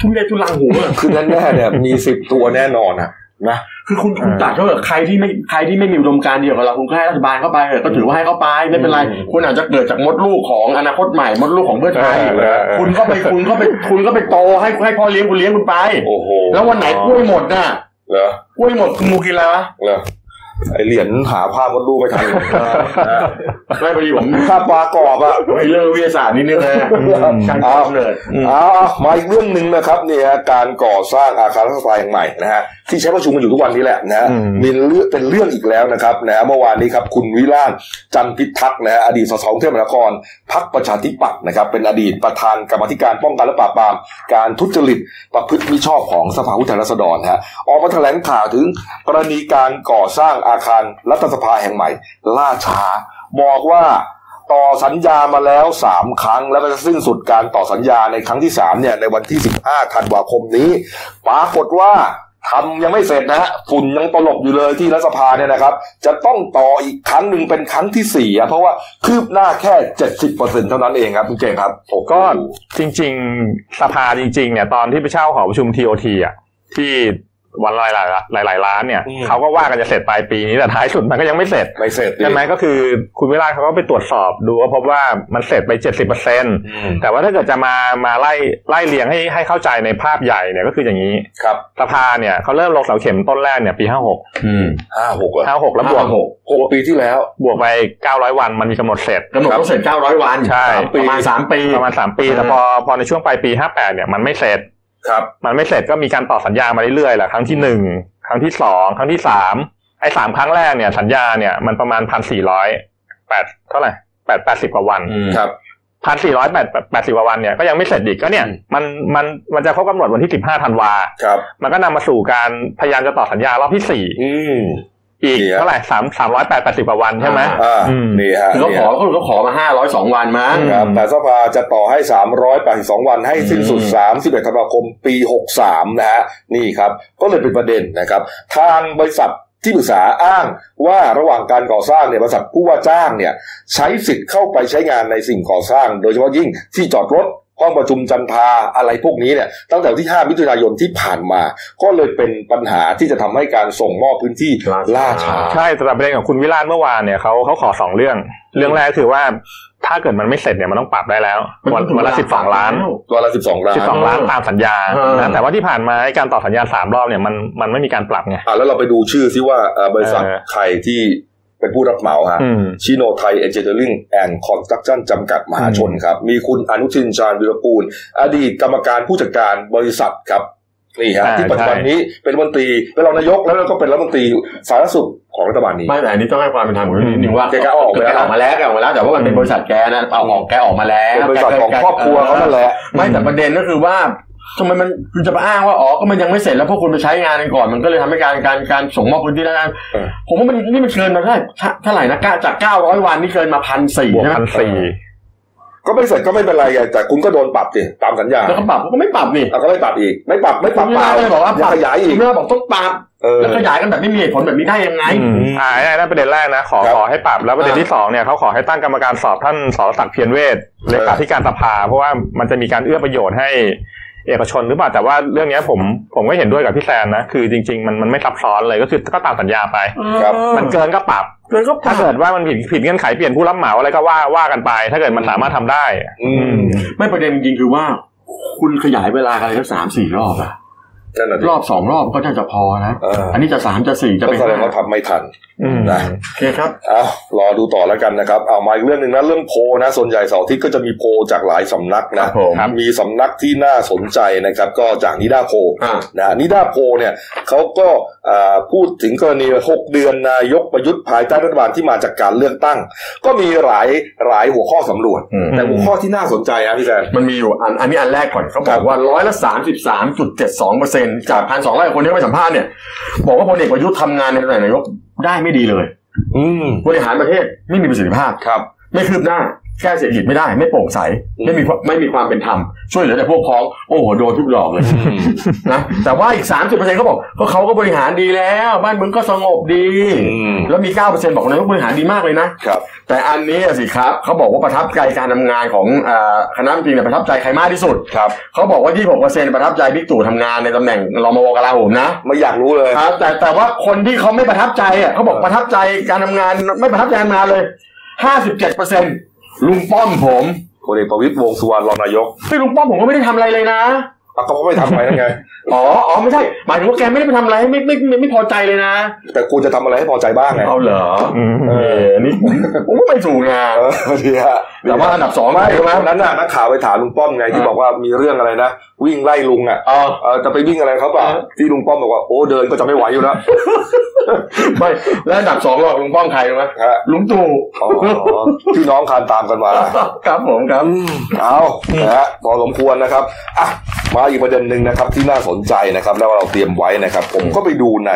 [SPEAKER 2] ทุเรศทุลังหัว
[SPEAKER 1] คือแน่ๆ
[SPEAKER 2] <laughs>
[SPEAKER 1] เนี่ยมีสิบตัวแน่นอนอะนะ
[SPEAKER 2] คือคุณคุณ
[SPEAKER 4] เออ
[SPEAKER 2] ตัดเขาเถอะใครที่ไม่ใครที่ไม่มีอุดมการณ์เดียวกับเราคุณก็ให้รัฐบาลเข้าไปเถอะก็ถือว่าให้เข้าไปไม่เป็นไร
[SPEAKER 1] อืม
[SPEAKER 2] คุณอาจจะเกิดจากมดลูกของอนาคตใหม่มดลูกของเพื่อไทย
[SPEAKER 4] เออเออ
[SPEAKER 2] คุณก็ไปคุณก็ไปคุณก็ไปโตให้ให้พ่อเลี้ยงคุณเลี้ยงคุณไป
[SPEAKER 1] โอ้โห
[SPEAKER 2] แล้ววันไหนกล้วยหมดน่ะ
[SPEAKER 1] เหรอก
[SPEAKER 2] ล้วยหมดคุณงูกินอะไรวะ
[SPEAKER 1] เหรอไอเหรียญหาภาพมดลูกไม่ทัน
[SPEAKER 2] ไม่พอดีผม
[SPEAKER 1] ภาพปลากรอบอะ
[SPEAKER 2] ไปเรื่องวิทยาศาสตร์นิดนึงนะการกำเนิด
[SPEAKER 1] เอามาอีกเรื่องหนึ่งนะครับเนี่ยการก่อสร้างอาคารรัฐสภาแห่งใหม่นะฮะที่ใช้ประชุมกันอยู่ทุกวันนี้แหละนะฮะ
[SPEAKER 4] อืม
[SPEAKER 1] มีเรื่องเป็นเรื่องอีกแล้วนะครับนะฮะเมื่อวานนี้ครับคุณวิลาศจันทร์พิทักษ์นะฮะอดีตสสกรุงเทพมหานครพักประชาธิปัตย์นะครับเป็นอดีตประธานกรรมาธิการป้องกันและปราบปรามการทุจริตประพฤติมิชอบของสภาผู้แทนราษฎรฮะออกมาแถลงข่าวถึงกรณีการก่อสร้างอาคารรัฐสภาแห่งใหม่ ล่าช้าบอกว่า ต่อสัญญามาแล้ว 3 ครั้ง แล้วก็จะสิ้นสุดการต่อสัญญาในครั้งที่ 3 เนี่ย ในวันที่ 15ธันวาคมนี้ปรากฏว่าทำยังไม่เสร็จนะฮะฝุ่นยังตลบอยู่เลยที่รัฐสภาเนี่ยนะครับ จะต้องต่ออีกครั้งหนึ่งเป็นครั้งที่สี่อะเพราะว่าคืบหน้าแค่ 70เปอร์เซ็นเท่านั้นเองครับคุณเก่งครับโอ้โห
[SPEAKER 4] ก็จริง ๆ สภาจริง ๆ เนี่ย ตอนที่ไปเช่าหอประชุมทีโอทีอ่ะที่วันหลายๆหลายหลายๆล้านเนี่ยเขาก็ว่ากันจะเสร็จปลายปีนี้แต่ท้ายสุดมันก็ยังไม่เสร็จ
[SPEAKER 1] ไม่เสร็จดิ
[SPEAKER 4] ใช่ไหมก็คือคุณวิลาศเขาก็ไปตรวจสอบดูก็พบว่ามันเสร็จไปเจ็ดสิบเปอร์เซ็น
[SPEAKER 1] อืม
[SPEAKER 4] แต่ว่าถ้าเกิดจะมามาไล่ไล่เรียงให้ให้เข้าใจในภาพใหญ่เนี่ยก็คืออย่างนี้
[SPEAKER 1] ครับ
[SPEAKER 4] สภาเนี่ยเขาเริ่มลงเสาเข็มต้นแรกเนี่ยปีห้าหก
[SPEAKER 2] อืม
[SPEAKER 1] ห้าหก
[SPEAKER 4] ห้าหกแล้วบวก
[SPEAKER 1] หกปีที่แล้ว
[SPEAKER 4] บวกไปเก้าร้อยวันมันมีกำหนดเสร็จ
[SPEAKER 2] กำหนดต้องเสร็จ900 วัน
[SPEAKER 4] ใช่
[SPEAKER 2] ประมาณสามปี
[SPEAKER 4] ประมาณสามปีแต่พอพอในช่วงปลายปีห้าแปดเนี่ยมันไม่เสร็จ
[SPEAKER 1] ครับ
[SPEAKER 4] มันไม่เสร็จก็มีการต่อสัญญามาเรื่อยๆแหละครั้งที่หนึ่งครั้งที่สองครั้งที่สามไอ้สามครั้งแรกเนี่ยสัญญาเนี่ยมันประมาณพันสี่ร้อยแปดเท่าไหร่แปดแปดสิบกว่าวัน
[SPEAKER 1] ครับ
[SPEAKER 4] พันสี่ร้อยแปดแปดสิบกว่าวันเนี่ยก็ยังไม่เสร็จอีกก็เนี่ย
[SPEAKER 1] อืม
[SPEAKER 4] มันมันมันจะครบกำหนดวันที่สิบห้าธันวา
[SPEAKER 1] ครับ
[SPEAKER 4] มันก็นำมาสู่การพยายามจะต่อสัญญารอบที่สี่
[SPEAKER 1] อืม
[SPEAKER 4] อีก
[SPEAKER 1] เนี่ย
[SPEAKER 4] เท่าไหร่สามสามร้อยแปดแปดสิบกว่าวันใช่ไหม
[SPEAKER 1] อ่า
[SPEAKER 4] อืม
[SPEAKER 1] นี่ฮะ
[SPEAKER 2] คือเขาข
[SPEAKER 1] นี่ฮะ
[SPEAKER 2] อเขาเขาขอมา 502 วันมั้ง
[SPEAKER 4] อืม
[SPEAKER 1] ครับแต่สภาจะต่อให้ 382 วันให้สิ้นสุด
[SPEAKER 2] อืม
[SPEAKER 1] 31ธันวาคม ปี 63 นะฮะ นี่ครับ ก็เลยเป็นประเด็นนะครับ ทางบริษัทที่ปรึกษาอ้างว่าระหว่างการก่อสร้างเนี่ยบริษัทผู้ว่าจ้างเนี่ย ใช้สิทธิ์เข้าไปใช้งานในสิ่งก่อสร้าง โดยเฉพาะยิ่งที่จอดรถห้องประชุมจันทราอะไรพวกนี้เนี่ยตั้งแต่วันที่ 5 มิถุนายนที่ผ่านมา ก็เลยเป็นปัญหาที่จะทำให้การส่งมอบพื้นที่ล่าช้า
[SPEAKER 4] ใช่แต่ประเด็นของคุณวิลาศเมื่อวานเนี่ยเขาเขาขอสองเรื่อง เรื่องแรกคือว่าถ้าเกิดมันไม่เสร็จเนี่ยมันต้องปรับได้แล้ววันวันละสิบสองล้าน
[SPEAKER 1] วันละ12ล้าน
[SPEAKER 4] สิบสองล้านตามสัญญา
[SPEAKER 2] เออ
[SPEAKER 4] นะแต่ว่าที่ผ่านมาไอ้การต่อสัญญาสามรอบเนี่ยมันมันไม่มีการปรับไง
[SPEAKER 1] อ่ะแล้วเราไปดูชื่อซิว่าเอ่อบริษัท
[SPEAKER 4] เออ
[SPEAKER 1] ใครที่เป็นผู้รับเหมาฮะ
[SPEAKER 4] อืม
[SPEAKER 1] ชิโนไทยเอเจเ e อริงแอนด์คอนสตรักชั่นจำกัดมหาชนครับ มีคุณอนุชินชาญวิรกูล อดีตกรรมการผู้จัดการบริษัทครับ นี่ฮะ
[SPEAKER 4] อ่า
[SPEAKER 1] ที่ปัจจุบัน
[SPEAKER 4] ใช่
[SPEAKER 1] นี้เป็นรัฐมนตรีเป็นรองนายกแล้วก็เป็นรัฐมนตรีสาธารณสุขของรัฐบาลนี้
[SPEAKER 2] ไม่แต่อันนี้ต้องให้ความเป็นธรรมกับเรื่องนิดนึงว่า
[SPEAKER 1] แกก็ออกไป
[SPEAKER 2] แก
[SPEAKER 1] แล้ว
[SPEAKER 2] ออกมาแล้วแกออกมาแล้วแต่ว่ามันเป็นบริษัทแกนะเอาออกแกออกมาแล้ว
[SPEAKER 1] เป็นบริษัทของครอบครัวเขานั่นแหละ
[SPEAKER 2] ไม่แต่ประเด็นก็คือว่า ทำไมมันคุณจะมาอ้างว่าอ๋อก็มันยังไม่เสร็จแล้วพวกคุณไปใช้งานกันก่อนมันก็เลยทำให้การการการส่งมอบพื้นที่แล้วกัน
[SPEAKER 1] เออ
[SPEAKER 2] ผมว่ามันนี่มันเกินมาเท่าไหร่เท่าไหร่นะ9จากเก้าร้อยวันนี่เกินมาพันสี่
[SPEAKER 4] บวก
[SPEAKER 2] ใช่ไหม
[SPEAKER 4] พันสี่
[SPEAKER 1] ก็ไม่เสร็จก็ไม่เป็นไรไงแต่คุณก็โดนปรับสิตามสัญญา
[SPEAKER 2] แล้วก็ปรับก็ไม่ปรับนี่
[SPEAKER 1] อ่ะก็ไม่ปรับอีก ไม่ปรับไม่ปรับ
[SPEAKER 2] คุณ
[SPEAKER 1] เป
[SPEAKER 2] วิลา
[SPEAKER 1] ล่า
[SPEAKER 2] ก็เลยบอกว่าป
[SPEAKER 1] ยั
[SPEAKER 2] รั
[SPEAKER 1] ง
[SPEAKER 2] บ
[SPEAKER 1] ขยายอีก
[SPEAKER 2] คุณวิลาบอกต้องปรับ
[SPEAKER 1] เออ
[SPEAKER 2] แล้วขยายกันแบบไม่มีเหตุผลแบบนี้ได้ยังไง
[SPEAKER 4] อืมอ่าได้ประเด็นแรกนะ ขอ
[SPEAKER 1] ครับ
[SPEAKER 4] ขอให้ปรับแล้วประเด็น
[SPEAKER 2] อ่า
[SPEAKER 4] ที่สองเนี่ยเขาขอให้ตั้งกรรมการสอบท่านสรศักดิ์เพียรเวทเลขาธิการสภา เพราะว่ามันจะมีการเอื้อประโยชน์ให้เอกชนหรือเปล่าแต่ว่าเรื่องเนี้ยผมผมก็เห็นด้วยกับพี่แซนนะคือจริง ๆ มันมันไม่ซับซ้อนเลยก็คือก็ตามสัญญาไป
[SPEAKER 1] ครับ
[SPEAKER 4] มันเกินก็ปรับ
[SPEAKER 2] เกินก็ปรั
[SPEAKER 4] ถ้า
[SPEAKER 2] บ
[SPEAKER 4] เกิดว่ามันผิดผิดเงื่อนไขเปลี่ยนผู้รับเหมาอะไรก็ว่าว่ากันไป ถ้าเกิดมันสามารถทำได้
[SPEAKER 1] อืม
[SPEAKER 2] ไม่ประเด็นจริงๆคือว่า คุณขยายเวลากันสักสามสี่รอบอะ
[SPEAKER 1] นั่นแหละดิ
[SPEAKER 2] รอบสองรอบก็น่าจะพอนะ
[SPEAKER 1] เออ
[SPEAKER 2] อันนี้จะสามจะสี่จะ
[SPEAKER 1] ก็
[SPEAKER 2] ไป
[SPEAKER 1] แสด
[SPEAKER 2] ห้าง
[SPEAKER 1] ว่าทำไม่ทัน
[SPEAKER 4] อืม
[SPEAKER 1] นะ
[SPEAKER 2] โอเคครับ
[SPEAKER 1] เอารอดูต่อแล้วกันนะครับ เอามาอีกเรื่องหนึ่งนะเรื่องโพลนะ ส่วนใหญ่เสาร์อาทิตย์ก็จะมีโพลจากหลายสำนักนะ
[SPEAKER 4] ครับ
[SPEAKER 1] มีสำนักที่น่าสนใจนะครับ ก็จากนิดาโพล
[SPEAKER 2] อ่า
[SPEAKER 1] นะฮะนิดาโพลเนี่ยเขาก็เอ่อพูดถึงกรณี 6 เดือนนายกประยุทธ์ภายใต้รัฐบาลที่มาจากการเลือกตั้ง ก็มีหลายหลายหัวข้อสำรวจ
[SPEAKER 2] อืม
[SPEAKER 1] แต่หัวข้อที่น่าสนใจนะพี่แซน
[SPEAKER 2] มันมีอยู่อันอันนี้อันแรกก่อนเขาบ
[SPEAKER 1] ครั
[SPEAKER 2] อบ กว่าร้อยละสามสิบสามจุดเจ็ดสองเปอร์เซ็นจากพันสองร้อยคนที่เข้าไปสัมภาษณ์เนี่ย บอกว่าพลเอกประยุทธ์ทำงานในตำแหน่งนายกได้ไม่ดีเลย
[SPEAKER 1] อืม
[SPEAKER 2] บริหารประเทศไม่มีประสิทธิภาพ
[SPEAKER 1] ครับ
[SPEAKER 2] ไม่คืบหน้า แก้เศรษฐกิจไม่ได้ ไม่โปร่งใส
[SPEAKER 1] อืม
[SPEAKER 2] ไม่มีความไม่มีความเป็นธรรม ช่วยเหลือแต่พวกพ้อง โอ้โหโดนทุกดอกเลย นะแต่ว่าอีกสามสิบเปอร์เซ็นต์เขาบอกก็เขาก็บริหารดีแล้ว บ้านเมืองก็สงบดี
[SPEAKER 1] อืม
[SPEAKER 2] แล้วมีเก้าเปอร์เซ็นต์บอกว่านายกบริหารดีมากเลยนะ
[SPEAKER 1] ครับ
[SPEAKER 2] แต่อันนี้อะสิครับเขาบอกว่าประทับใจการทำงานของเอ่อคณะรัฐมนตรีเนี่ยประทับใจใครมากที่สุด
[SPEAKER 1] ครับ
[SPEAKER 2] เขาบอกว่า 26เปอร์เซ็นต์ประทับใจบิ๊กตู่ทำงานในตำแหน่งรมวกลาโหมนะ
[SPEAKER 1] ไม่อยากรู้เลย
[SPEAKER 2] ครับแต่แต่ว่าคนที่เขาไม่ประทับใจอ่ะเขาบอกประทับใจการทำงานไม่ประทับใจการทำงานเลย 57เปอร์เซ็นต์ลุงป้อมผม
[SPEAKER 1] พลเอกประวิตรวงษ์สุวรรณรองนายก
[SPEAKER 2] เฮ้ยลุงป้อมผมก็ไม่ได้ทำอะไรเลยนะ
[SPEAKER 1] อ่ะก็ไม่ทำอะไรนั่นไง
[SPEAKER 2] อ๋ออ๋อไม่ใช่หมายถึงว่าแกไม่ได้ไปทำอะไรให้ไม่ไม่ไม่ไม่พอใจเลยนะ
[SPEAKER 1] แต่กูจะทำอะไรให้พอใจบ้างไง
[SPEAKER 2] เอาเหรอ
[SPEAKER 4] อืม
[SPEAKER 2] เออนี่ผมผมก็ไม่ถูกนะ
[SPEAKER 1] เออดีฮะ
[SPEAKER 2] แต่ว่าอันดับสอง
[SPEAKER 1] ไม่
[SPEAKER 2] ใช่ไหม
[SPEAKER 1] วันนั้นน่ะนักข่าวไปถามลุงป้อมไงที่บอกว่ามีเรื่องอะไรนะ วิ่งไล่ลุงอ่ะ
[SPEAKER 2] อ๋อ
[SPEAKER 1] เออจะไปวิ่งอะไรเขาเปล่า
[SPEAKER 2] เออ
[SPEAKER 1] ที่ลุงป้อมบอกว่าโอ้เดินก็จะไม่ไหวอยู่แล้ว <laughs>
[SPEAKER 2] ไม่แล้วอันดับสองหรอกลุงป้อมใครรู้ไหม
[SPEAKER 1] ฮะ
[SPEAKER 2] ลุงตู่
[SPEAKER 1] อ๋อพี่น้องคานตามกันมา
[SPEAKER 2] <laughs> ครับผมครับ
[SPEAKER 1] เอานะฮะพอสมควรนะครับอ่ะมาอีกประเด็นหนึ่งนะครับ ที่น่าสนใจนะครับ แล้วเราเตรียมไว้นะครับ ผมก็ไปดูใน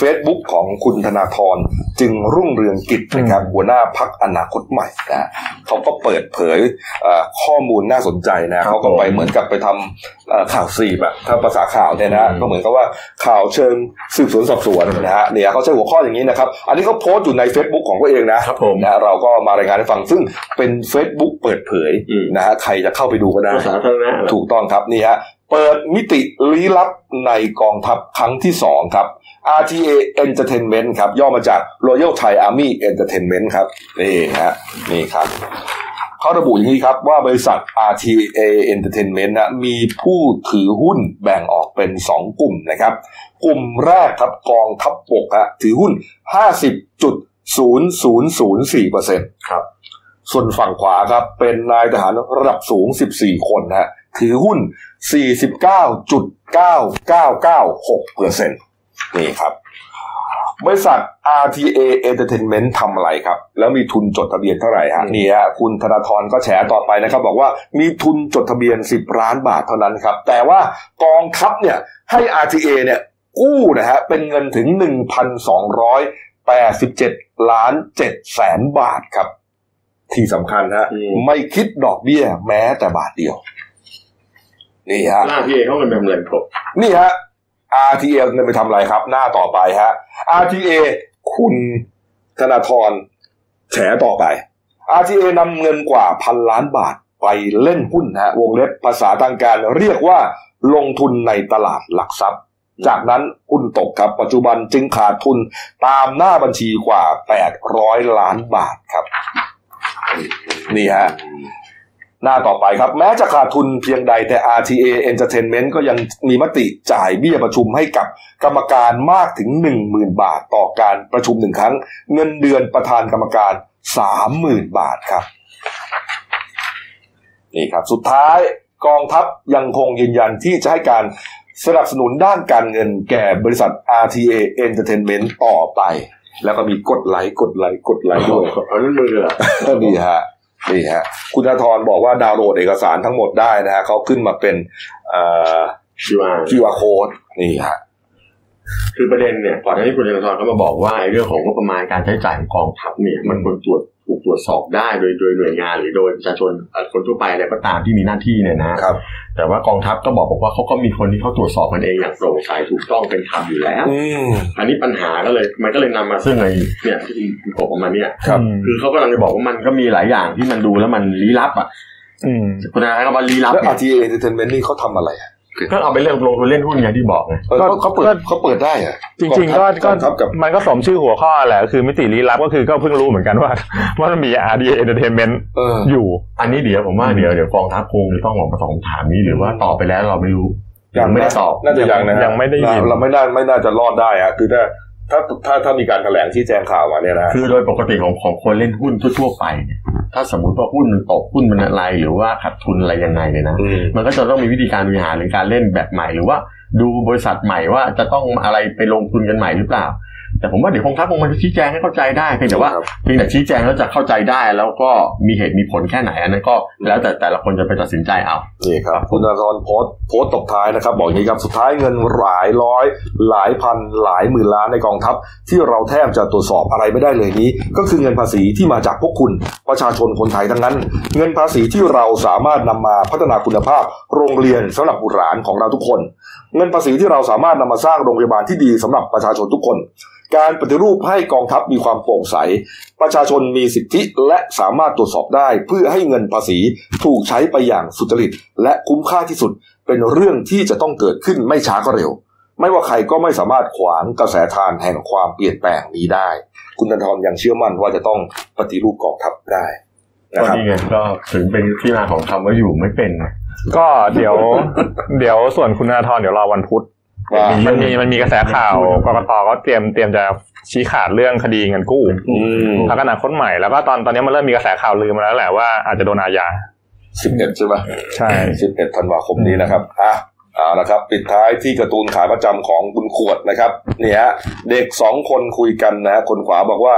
[SPEAKER 1] Facebook ของคุณธนาธรจึงรุ่งเรืองกิจนะครับหัวหน้าพักอนาคตใหม่นะฮะเขาก็เปิดเผยเอ่อข้อมูลน่าสนใจนะเขาก็ไปเหมือน เหมือนกับไปทำเอ่อข่าวซีมอะถ้าภาษาข่าวเนี่ยนะก็เหมือนกับว่าข่าวเชิงสืบสวนสอบสวนนะฮะเนี่ยเขาใช้หัวข้ออย่างนี้นะครับ อันนี้เขาโพสต์อยู่ใน Facebook ของเขาเองนะครับ
[SPEAKER 2] ผม
[SPEAKER 1] นะเราก็มารายงานให้ฟังซึ่งเป็น Facebook เปิดเผยนะฮะใครจะเข้าไปดูก็ได้
[SPEAKER 6] ภาษาธารณะ
[SPEAKER 1] ถูกต้องครับนี่ฮะเปิดมิติลี้ลับในกองทัพครั้งที่ 2 ครับ RTA Entertainment ครับ ย่อมาจาก Royal Thai Army Entertainment ครับ นี่ฮะนี่ครับ เขาระบุอย่างนี้ครับ ว่าบริษัท RTA Entertainment นะมีผู้ถือหุ้นแบ่งออกเป็น 2 กลุ่มนะครับ กลุ่มแรกครับกองทัพบกฮะถือหุ้น 50.0004%
[SPEAKER 2] ครับ
[SPEAKER 1] ส่วนฝั่งขวาครับ เป็นนายทหารระดับสูง 14 คนฮะถือหุ้น 49.9996%นี่ครับ บริษัท RTA Entertainment ทำอะไรครับ แล้วมีทุนจดทะเบียนเท่าไหร่ฮะนี่ฮะคุณธนาธรก็แฉต่อไปนะครับ บอกว่ามีทุนจดทะเบียน 10 ล้านบาทเท่านั้นครับ แต่ว่ากองทัพเนี่ยให้ RTA เนี่ยกู้นะฮะเป็นเงินถึง 1,287 ล้าน7แสนบาทครับ ที่สำคัญฮะ
[SPEAKER 6] อืม
[SPEAKER 1] ไม่คิดดอกเบี้ยแม้แต่บาทเดียว นี่ฮะ
[SPEAKER 6] หน้าพี่เอเขาเป็นแบบเหมือนผม
[SPEAKER 1] นี่ฮะ RTA จะไปทำอะไรครับ หน้าต่อไปฮะ RTA คุณธนาธรแฉต่อไป RTA นำเงินกว่าพันล้านบาทไปเล่นหุ้นฮะวงเล็บภาษาทางการเรียกว่าลงทุนในตลาดหลักทรัพย์ จากนั้นหุ้นตกครับปัจจุบันจึงขาดทุนตามหน้าบัญชีกว่า 800 ล้านบาทครับ นี่ฮะ หน้าต่อไปครับ แม้จะขาดทุนเพียงใดแต่ RTA Entertainment ก็ยังมีมติจ่ายเบี้ยประชุมให้กับกรรมการมากถึง 10,000 บาทต่อการประชุมหนึ่งครั้ง เงินเดือนประธานกรรมการ 30,000 บาทครับ นี่ครับ สุดท้ายกองทัพยังคงยืนยันที่จะให้การสนับสนุนด้านการเงินแก่บริษัท RTA Entertainment ต่อไป แล้วก็มีกดไลค์กดไลค์กดไลค์ด้วย
[SPEAKER 6] เอานั่นมือเหรอ
[SPEAKER 1] ก็ดีฮะ นี่ฮะคุณธนาธรบอกว่าดาวน์โหลดเอกสารทั้งหมดได้นะฮะเขาขึ้นมาเป็นเอ่อ
[SPEAKER 2] คิดว่า
[SPEAKER 1] QR code นี่ฮะ
[SPEAKER 2] คือประเด็นเนี่ยก่อนหน้านี้คุณธนาธรก็มาบอกว่าไอ้เรื่องของงบประมาณการใช้จ่ายของกองทัพเนี่ยมันควรตรวจถูกตรวจสอบได้โดยโดยหน่วยงานหรือโดยประชาชนเอ่อคนทั่วไปอะไรก็ตามที่มีหน้าที่เนี่ยนะครับ แต่ว่ากองทัพก็บอกบอกว่าเขาก็มีคนที่เขาตรวจสอบมันเองอย่างโปร่งใสถูกต้องเป็นธรรมอยู่แล้ว
[SPEAKER 1] อืม
[SPEAKER 2] อันนี้ปัญหาก็เลยมันก็เลยนำมาซึ่งไอ้เนี่ยที่คุณกบออกมาเนี่ย
[SPEAKER 1] ครับ
[SPEAKER 4] อืม
[SPEAKER 2] คือเขากำลังจะบอกว่ามันก็มีหลายอย่างที่มันดูแล้วมันลี้ลับอ่ะ
[SPEAKER 4] อืม
[SPEAKER 2] คุณธนาธรก็บอกลี้ลับ
[SPEAKER 1] แล้ว
[SPEAKER 2] เนี่ย
[SPEAKER 1] RTA Entertainment นี่เขาทำอะไรอะ
[SPEAKER 2] ก็เอาไปเรื่องลงทุนเล่นหุ้นไงที่บอกไง
[SPEAKER 1] เออ
[SPEAKER 4] ก็
[SPEAKER 1] เขาเขาเปิด
[SPEAKER 4] ก็
[SPEAKER 1] เขาเปิดได้อะ
[SPEAKER 4] จริงๆก็
[SPEAKER 1] ก
[SPEAKER 4] ก็
[SPEAKER 1] องทัพกับ
[SPEAKER 4] มันก็สมชื่อหัวข้อแหละคือมิติลี้ลับก็คือก็เพิ่งรู้เหมือนกัน <laughs> ว่า ว่ามันมี RDA Entertainment
[SPEAKER 1] เออ
[SPEAKER 4] อยู่
[SPEAKER 2] อันนี้เดี๋ยวผมว่า
[SPEAKER 4] อืม
[SPEAKER 2] เดี๋ยวเดี๋ยวกองทัพคงจะต้องออกมาตอบคำถามนี้หรือว่าตอบไปแล้วเราไม่รู้
[SPEAKER 1] ยัง
[SPEAKER 2] ไม่ได้
[SPEAKER 1] นะ
[SPEAKER 2] ตอบ
[SPEAKER 1] น่าจะยังนะฮะ
[SPEAKER 4] ยังไม่ได้ยิน
[SPEAKER 1] เราไม่น่าไม่น่าจะรอดได้ฮะคือถ้าถ้าถ้าถ้ามีการแถลงชี้แจงข่าวมาเนี่ยนะฮะ
[SPEAKER 2] คือโดยปกติของของคนเล่นหุ้นทั่วๆไปเนี่ยถ้าสมมติว่าหุ้นมันตกหุ้นมันอะไรหรือว่าขาดทุนอะไรยังไงเนี่ยนะ
[SPEAKER 1] อืม
[SPEAKER 2] มันก็จะต้องมีวิธีการบริหารหรือการเล่นแบบใหม่หรือว่าดูบริษัทใหม่ว่าจะต้องอะไรไปลงทุนกันใหม่หรือเปล่า แต่ผมว่าเดี๋ยวกองทัพคงมันชี้แจงให้เข้าใจได้เพียงแต่ว่า
[SPEAKER 1] ครับ
[SPEAKER 2] เพียงแต่ชี้แจงแล้วจะเข้าใจได้ แล้วก็มีเหตุมีผลแค่ไหนอันนั้นก็แล้วแต่แต่ละคนจะไปตัดสินใจเอา
[SPEAKER 1] นี่ครับ คุณธนาธรโพสต์โพสต์ตบท้ายนะครับ บอกอย่างนี้ครับ สุดท้ายเงินหลายร้อย หลายพัน หลายหมื่นล้านในกองทัพ ที่เราแทบจะตรวจสอบอะไรไม่ได้เลยนี้ ก็คือเงินภาษีที่มาจากพวกคุณประชาชนคนไทยทั้งนั้น เงินภาษีที่เราสามารถนำมาพัฒนาคุณภาพ โรงเรียนสำหรับบุตรหลานของเราทุกคน เงินภาษีที่เราสามารถนำมาสร้างโรงพยาบาลที่ดีสำหรับประชาชนทุกคน การปฏิรูปให้กองทัพมีความโปร่งใส ประชาชนมีสิทธิและสามารถตรวจสอบได้ เพื่อให้เงินภาษีถูกใช้ไปอย่างสุจริต และคุ้มค่าที่สุดเป็นเรื่องที่จะต้องเกิดขึ้นไม่ช้าก็เร็ว ไม่ว่าใครก็ไม่สามารถขวางกระแสทานแห่งความเปลี่ยนแปลงนี้ได้ คุณธนทรยังเชื่อมั่นว่าจะต้องปฏิรูปกองทัพได้นะ
[SPEAKER 2] ก็
[SPEAKER 1] ครับ
[SPEAKER 2] นี่ไงก็ถึงเป็นที่มาของคำว่าอยู่ไม่เป็นนะ
[SPEAKER 4] ก็เดี๋ยว เดี๋ยวส่วนคุณธนาธรเดี๋ยวรอวันพุธ
[SPEAKER 1] ว่า
[SPEAKER 4] มันมีมันมีกระแสข่าวกกตก็เตรียมเตรียมจะชี้ขาดเรื่องคดีเงินกู้
[SPEAKER 1] อืม
[SPEAKER 4] พักอนาคตใหม่แล้วก็ตอนตอนนี้มันเริ่มมีกระแสข่าวลือมาแล้วแหละว่าอาจจะโดนอาญา
[SPEAKER 1] สิบเอ็ดใช่ไหม
[SPEAKER 4] ใช่
[SPEAKER 1] 11ธันวาคมนี้นะครับอ่ะเอาละครับ ปิดท้ายที่การ์ตูนขาประจำของคุณขวดนะครับเนี่ยฮะเด็กสองคนคุยกันนะฮะคนขวาบอกว่า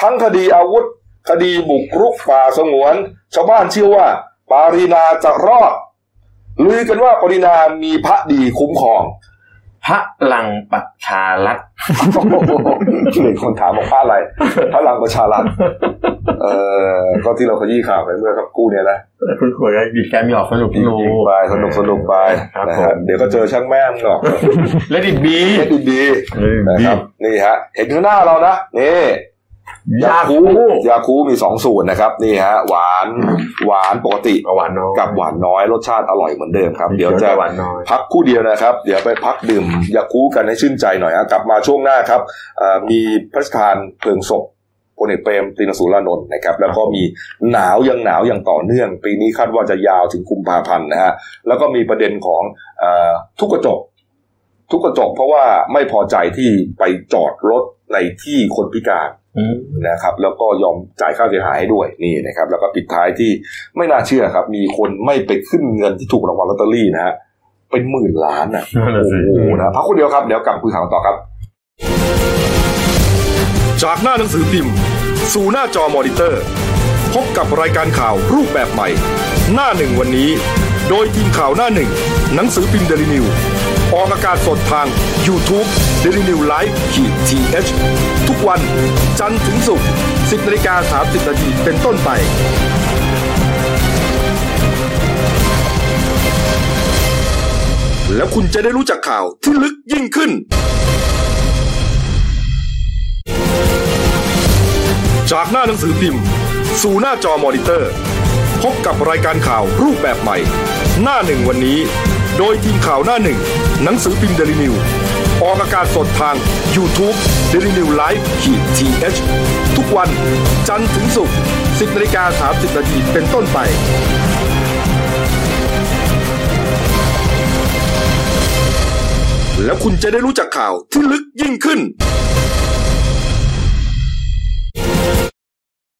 [SPEAKER 1] ทั้งคดีอาวุธ คดีบุกรุกป่าสงวน ชาวบ้านเชื่อว่า ปารีนาจะรอดลือกันว่าปารีนามีพระดีคุ้มครอง <laughs>
[SPEAKER 2] พระลังประชารัฐ
[SPEAKER 1] หนึ่งคนถามบอกพระอะไรพระลังประชารัฐเออก็ที่เราขยี้ข่าวไปเมื่อสักครู่เนี่ยนะ
[SPEAKER 2] คุณขวดก็ดีแกมีออกสนุกส
[SPEAKER 1] ส
[SPEAKER 2] นุ
[SPEAKER 1] นุก
[SPEAKER 2] ก
[SPEAKER 1] ไปสนุกสนุกไป
[SPEAKER 2] ครับ
[SPEAKER 1] นะ
[SPEAKER 2] ผ
[SPEAKER 1] ฮะ
[SPEAKER 2] ม
[SPEAKER 1] เดี๋ยวก็เจอช่างแม่มหรอก
[SPEAKER 2] และดิบี
[SPEAKER 1] เช็คดีๆ นะครับนี่ฮะเห็นข้างหน้าเรานะนี่
[SPEAKER 2] ยาคู
[SPEAKER 1] ยาคูมีสองสูตรนะครับนี่ฮะหวานหวานปกติ
[SPEAKER 2] หวานน้อย
[SPEAKER 1] กับหวานน้อยรสชาติอร่อยเหมือนเดิมครับ เดี๋ยวจะ
[SPEAKER 2] หวานน้อย
[SPEAKER 1] พักครู่เดียวนะครับ เดี๋ยวไปพักดื่มยาคูกันให้ชื่นใจหน่อยฮะกลับมาช่วงหน้าครับเอ่อมีพระราชทานเพลิงศพพลเอกเปรมตรีนสุรานนท์นะครับ แล้วก็มีหนาวยังหนาวอย่างต่อเนื่อง ปีนี้คาดว่าจะยาวถึงกุมภาพันธ์นะฮะแล้วก็มีประเด็นของเออทุกกระจก ทุกกระจกเพราะว่าไม่พอใจที่ไปจอดรถในที่คนพิการ
[SPEAKER 2] อืม
[SPEAKER 1] นะครับ แล้วก็ยอมจ่ายค่าเสียหายให้ด้วยนี่นะครับ แล้วก็ปิดท้ายที่ไม่น่าเชื่อครับ มีคนไม่ไปขึ้นเงินที่ถูกรางวัลลอตเตอรี่นะฮะเป็นหมื่นล้านอ่ะ
[SPEAKER 2] นั่นแหละ
[SPEAKER 1] โอ้
[SPEAKER 2] สิ
[SPEAKER 1] โหนะพักคนเดียวครับเดี๋ยวกลับคุยข่าวต่อครับ
[SPEAKER 7] จากหน้าหนังสือพิมพ์ สู่หน้าจอมอนิเตอร์ พบกับรายการข่าวรูปแบบใหม่ หน้าหนึ่งวันนี้ โดยทีมข่าวหน้าหนึ่ง หนังสือพิมพ์เดลิวิวออกอากาศสดทาง YouTube d e l i n e w l i v e ทีเทุกวันจันทร์ถึงศุกร์10นาฬิกา30นาทีเป็นต้นไป แล้วคุณจะได้รู้จักข่าวที่ลึกยิ่งขึ้น จากหน้าหนังสือพิมพ์ สู่หน้าจอมอนิเตอร์ พบกับรายการข่าวรูปแบบใหม่ หน้าหนึ่งวันนี้ โดยทีมข่าวหน้าหนึ่ง หนังสือพิมพ์เดลิวิวออกอากาศสดทาง YouTube d e l i n e w l i v e ทีเทุกวันจันทร์ถึงศุกร์10นาฬิกา30นาทีเป็นต้นไป แล้วคุณจะได้รู้จักข่าวที่ลึกยิ่งขึ้น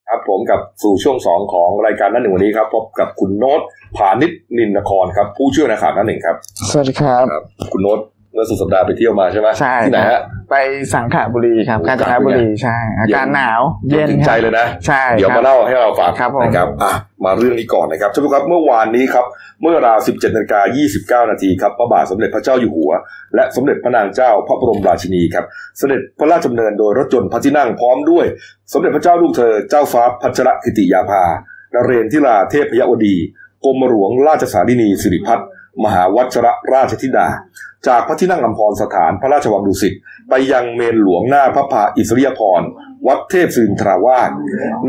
[SPEAKER 1] ครับผมกับสู่ช่วงสองของรายการหนั่นหนึ่งวันนี้ครับพบกับคุณโน้ตผานิชนินนครครับผู้ช่วยนักข่าวหนั่นหนึ่งครับ
[SPEAKER 8] สวัสดีครับ
[SPEAKER 1] ครับ คุณโน้ต เมื่อสุดสัปดาห์ไปเที่ยวมาใช่ไหม
[SPEAKER 8] ใช่
[SPEAKER 1] ที่ไหนฮะ
[SPEAKER 8] ไปสังขบุรีครับ กาญจนบุรีใช่ อากาศหนาวเย็น
[SPEAKER 1] ถึง
[SPEAKER 8] ค
[SPEAKER 1] ใจ
[SPEAKER 8] รับ
[SPEAKER 1] เลยนะ
[SPEAKER 8] ใช่
[SPEAKER 1] เดี๋ยว
[SPEAKER 8] ครั
[SPEAKER 1] มา
[SPEAKER 8] บ
[SPEAKER 1] เล่าให้เราฟัง
[SPEAKER 8] ครับผม
[SPEAKER 1] นะครับอ่ะมาเรื่องนี้ก่อนนะครับท่านผู้ชมครับเมื่อวานนี้ครับ เมื่อราว 17นาฬิกา29 นาทีครับพระบาทสมเด็จพระเจ้าอยู่หัว และสมเด็จพระนางเจ้าพระบรมราชินีครับ เสด็จพระราชดำเนินโดยรถยนต์พระที่นั่งพร้อมด้วย สมเด็จพระเจ้าลูกเธอเจ้าฟ้าพัชรกิติยาภานเรนทิราเทพยวดีกรมหลวงราชสารินีสิริพัฒน์มหาวัชรราชธิดา จากพระที่นั่งลำพรสถานพระราชวังดุสิตไปยังเมนหลวงหน้าพระพาอิสริยพรณ์วัดเทพศิรินทราวาส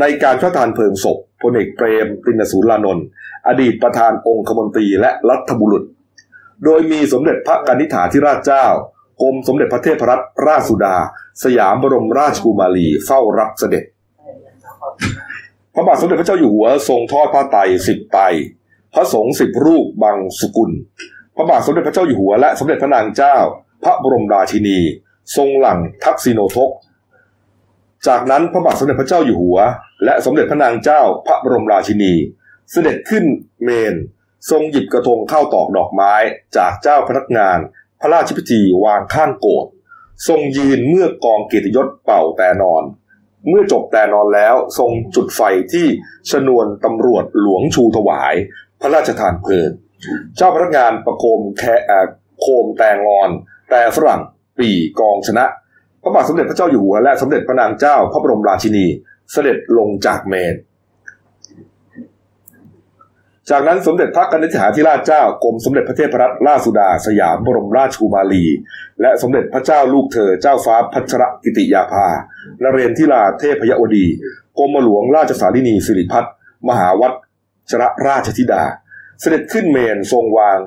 [SPEAKER 1] ในการพระทานเพลิงศพพลเอกเปรมตินสูรานนท์อดีตประธานองคมนตรีและรัฐบุรุษ โดยมีสมเด็จพระกนิษฐาธิราชเจ้ากรมสมเด็จพระเทพรัตนราชสุดา สยามบรมราชกุมารีเฝ้ารับเสด็จ พระบาทสมเด็จพระเจ้าอยู่หัวทรงทอดผ้าไตรสิบไตรพระสงฆ์สิบรูปบางสกุล พระบาทสมเด็จพระเจ้าอยู่หัวและสมเด็จพระนางเจ้า พระบรมราชินี ทรงหลังทักษิโนทก จากนั้นพระบาทสมเด็จพระเจ้าอยู่หัว และสมเด็จพระนางเจ้า พระบรมราชินี เสด็จขึ้นเมน ทรงหยิบกระทงข้าวตอกดอกไม้ จากเจ้าพนักงาน พระราชพิธีวางข้างโกรธทรงยืนเมื่อกองเกียรติยศเป่าแต่นอน เมื่อจบแต่นอนแล้วทรงจุดไฟที่ชนวนตำรวจหลวงชูถวาย พระราชทานเพลิง เจ้าพนักงานประโคมแคเอ่อโคมแตงงอน แต่ฝรั่งปีกองชนะ พระบาทสมเด็จพระเจ้าอยู่หัวและสมเด็จพระนางเจ้า พระบรมราชินี เสด็จลงจากเมน จากนั้นสมเด็จพระกนิษฐาธิราชเจ้ากรมสมเด็จพระเทพรัตนราชสุดา สยามบรมราชกุมารี และสมเด็จพระเจ้าลูกเธอเจ้าฟ้าพัชรกิติยาภานเรนทิราเทพยวดีกรมหลวงราชสารินีสิริพัฒน์มหาวัชรราชธิดา เสด็จขึ้นเมนทรงวาง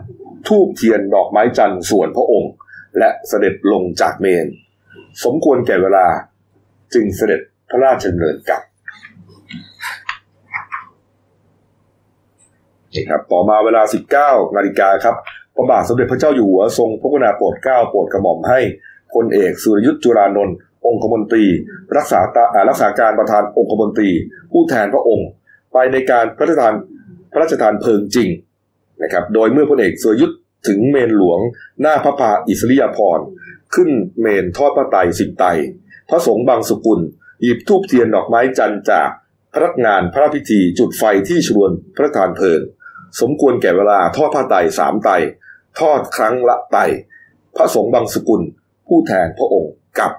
[SPEAKER 1] ทูบเทียนดอกไม้จันทร์ส่วนพระองค์ และเสด็จลงจากเมน สมควรแก่เวลาจึงเสด็จพระราชดำเนินกลับนี่ครับต่อมาเวลา 19นาฬิกาครับพระบาทสมเด็จพระเจ้าอยู่หัวทรงพระกรุณาโปรดเกล้าโปรดกระหม่อมให้พลเอกสุรยุทธ์จุรานนท์องคมนตรี รักษาตาอ่ารักษาการประธานองคมนตรี ผู้แทนพระองค์ ไปในการพระราชทานพระราชทานเพลิงจริงนะครับ โดยเมื่อพลเอกสุรยุทธ์ถึงเมนหลวง หน้าพระพาอิสริยาภรณ์ ขึ้นเมนทอดพระไตรสิบไตรพระสงฆ์บางสกุล หยิบทูบเทียนดอกไม้จันทร์จากพนักงานพระพิธีจุดไฟที่ชนวนพระทานเพลิง สมควรแก่เวลาทอดผ้าไตรสามไตรทอดครั้งละไตรพระสงฆ์บางสกุล ผู้แทนพระองค์กับ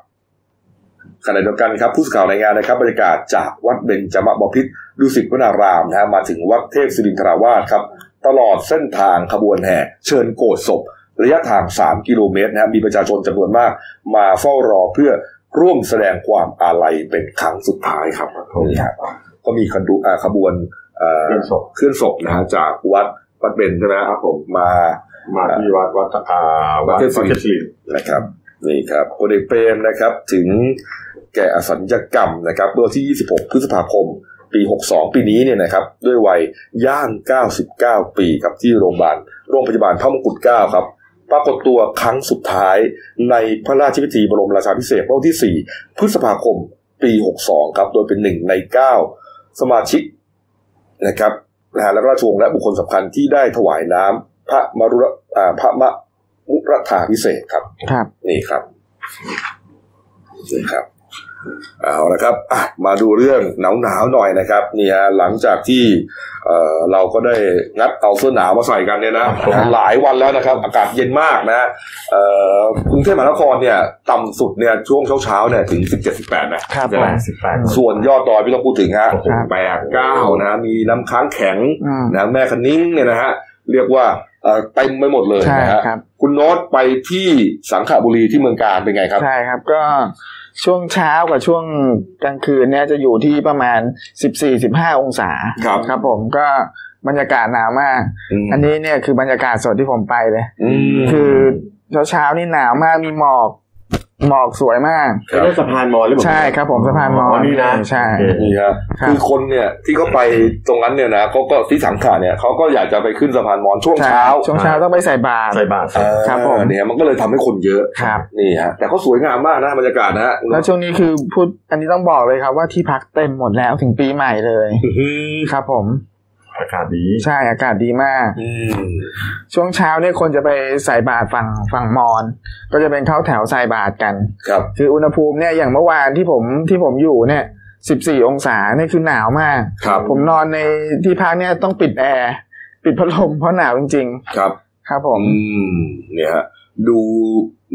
[SPEAKER 1] ขณะเดียวกันครับผู้สื่อข่าวรายงานนะครับบรรยากาศจากวัดเบญจมบพิตรดุสิตวนารามนะฮะมาถึงวัดเทพศิรินทราวาสครับ ตลอดเส้นทางขบวนแห่เชิญโกรธศพ ระยะทาง 3 กิโลเมตรนะฮะมีประชาชนจำนวนมาก มาเฝ้ารอเพื่อร่วมแสดงความอาลัยเป็นครั้งสุดท้ายครับนี่ฮะก็มีขดูอ่าขบวนเอ่อ
[SPEAKER 2] เคลื่อนศพ
[SPEAKER 1] เคลื่อนศพนะฮะจากวัดวัดเบญใช่ไหมครับผมมา
[SPEAKER 2] มาที่วัดวัดอ่าวัด
[SPEAKER 1] วัดเทพศิริน
[SPEAKER 2] วัดเทพศิริน
[SPEAKER 1] นะครับนี่ครับพลเอกเปรมนะครับถึงแก่อสัญญกรรมนะครับเมื่อวันที่ 26 พฤษภาคม ปี 62 ปีนี้เนี่ยนะครับด้วยวัยย่าง 99 ปีครับที่โรงพยาบาลโรงพยาบาลพระมงกุฎเกล้าครับ ปรากฏตัวครั้งสุดท้ายในพระราชพิธีบรมราชาภิเษกเมื่อวันที่ 4 พฤษภาคม ปี 62 ครับ โดยเป็นหนึ่งใน 9 สมาชิกนะครับนะฮะและราชวงศ์และบุคคลสำคัญที่ได้ถวายน้ำพระมรุระอ่าพระมะมุรธาพิเศษกครับ
[SPEAKER 8] ครับ
[SPEAKER 1] นี่ครับ นี่ครับ เอาละครับอ่ะมาดูเรื่องหนาวหนาวๆหน่อยนะครับนี่ฮะหลังจากที่เอ่อเราก็ได้งัดเอาเสื้อหนาวมาใส่กันเนี่ยนะหลายวันแล้วนะครับ อากาศเย็นมากนะเอ่อกรุงเทพมหานครเนี่ย ต่ำสุดเนี่ยช่วงเช้าๆเนี่ยถึง 17-18 นะครับใช่ไหม
[SPEAKER 8] ผม
[SPEAKER 1] ส่วนยอดดอยไม่ต้องพูดถึงฮะ
[SPEAKER 8] ครับ
[SPEAKER 1] แปดเก้านะมีน้ำค้างแข็ง
[SPEAKER 8] อืม
[SPEAKER 1] นะแม่คันนิ้งเนี่ยนะฮะเรียกว่าเอ่อเต็มไปหมดเลย
[SPEAKER 8] ใช่
[SPEAKER 1] นะฮะ
[SPEAKER 8] ครับ
[SPEAKER 1] คุณโน้ตไปที่สังขบุรีที่เมืองการเป็นไงครับ
[SPEAKER 8] ใช่ครับก็ช่วงเช้ากับช่วงกลางคืนเนี่ยจะอยู่ที่ประมาณ 14-15 องศา
[SPEAKER 1] ครับ
[SPEAKER 8] ครับผมก็บรรยากาศหนาวมาก อันนี้เนี่ยคือบรรยากาศสดที่ผมไปเลย
[SPEAKER 1] อืม
[SPEAKER 8] คือเช้าเช้าๆนี่หนาวมากมีหมอกหมอกสวยมาก
[SPEAKER 2] ไปเล่นสะพานมอญหรือเปล่า
[SPEAKER 8] ใช่ครับผมสะพานมอ
[SPEAKER 2] อ๋อ
[SPEAKER 8] ญ
[SPEAKER 2] นี่นะ
[SPEAKER 8] ใช่
[SPEAKER 1] นี่ครับ
[SPEAKER 8] ครับ
[SPEAKER 1] คือคนเนี่ยที่เขาไปตรงนั้นเนี่ยนะเขาก็ที่สังขะเนี่ยเขาก็อยากจะไปขึ้นสะพานมอญช่วง
[SPEAKER 8] ใช่
[SPEAKER 1] เช้า
[SPEAKER 8] ช่วงเช้าต้องไปใส่บาตร
[SPEAKER 2] ใส่บาตร
[SPEAKER 1] เออ
[SPEAKER 8] ครับผม
[SPEAKER 1] เนี่ยมันก็เลยทำให้คนเยอะ
[SPEAKER 8] ครับ
[SPEAKER 1] นี่ฮะแต่เขาสวยงามมากนะบรรยากาศนะฮะ
[SPEAKER 8] แล้วช่วงนี้คือพูดอันนี้ต้องบอกเลยครับว่าที่พักเต็มหมดแล้วถึงปีใหม่เลย
[SPEAKER 1] อื้อหือ
[SPEAKER 8] ครับผม
[SPEAKER 3] ากาศดี
[SPEAKER 8] ใช่อากาศดีมาก
[SPEAKER 1] อืม
[SPEAKER 8] ช่วงเช้าเนี่ยคนจะไปใส่บาตรฝั่งฝั่งมอญก็จะเป็นเข้าแถวใส่บาตรกัน
[SPEAKER 1] ครับ
[SPEAKER 8] คืออุณหภูมิเนี่ยอย่างเมื่อวานที่ผมที่ผมอยู่เนี่ย 14 องศาเนี่ยคือหนาวมาก
[SPEAKER 1] ครับ
[SPEAKER 8] ผมนอนในที่พักเนี่ยต้องปิดแอร์ ปิดพัดลมเพราะหนาวจริง
[SPEAKER 1] ครับ
[SPEAKER 8] ๆ ครับผม
[SPEAKER 1] อืมเนี่ยฮะดู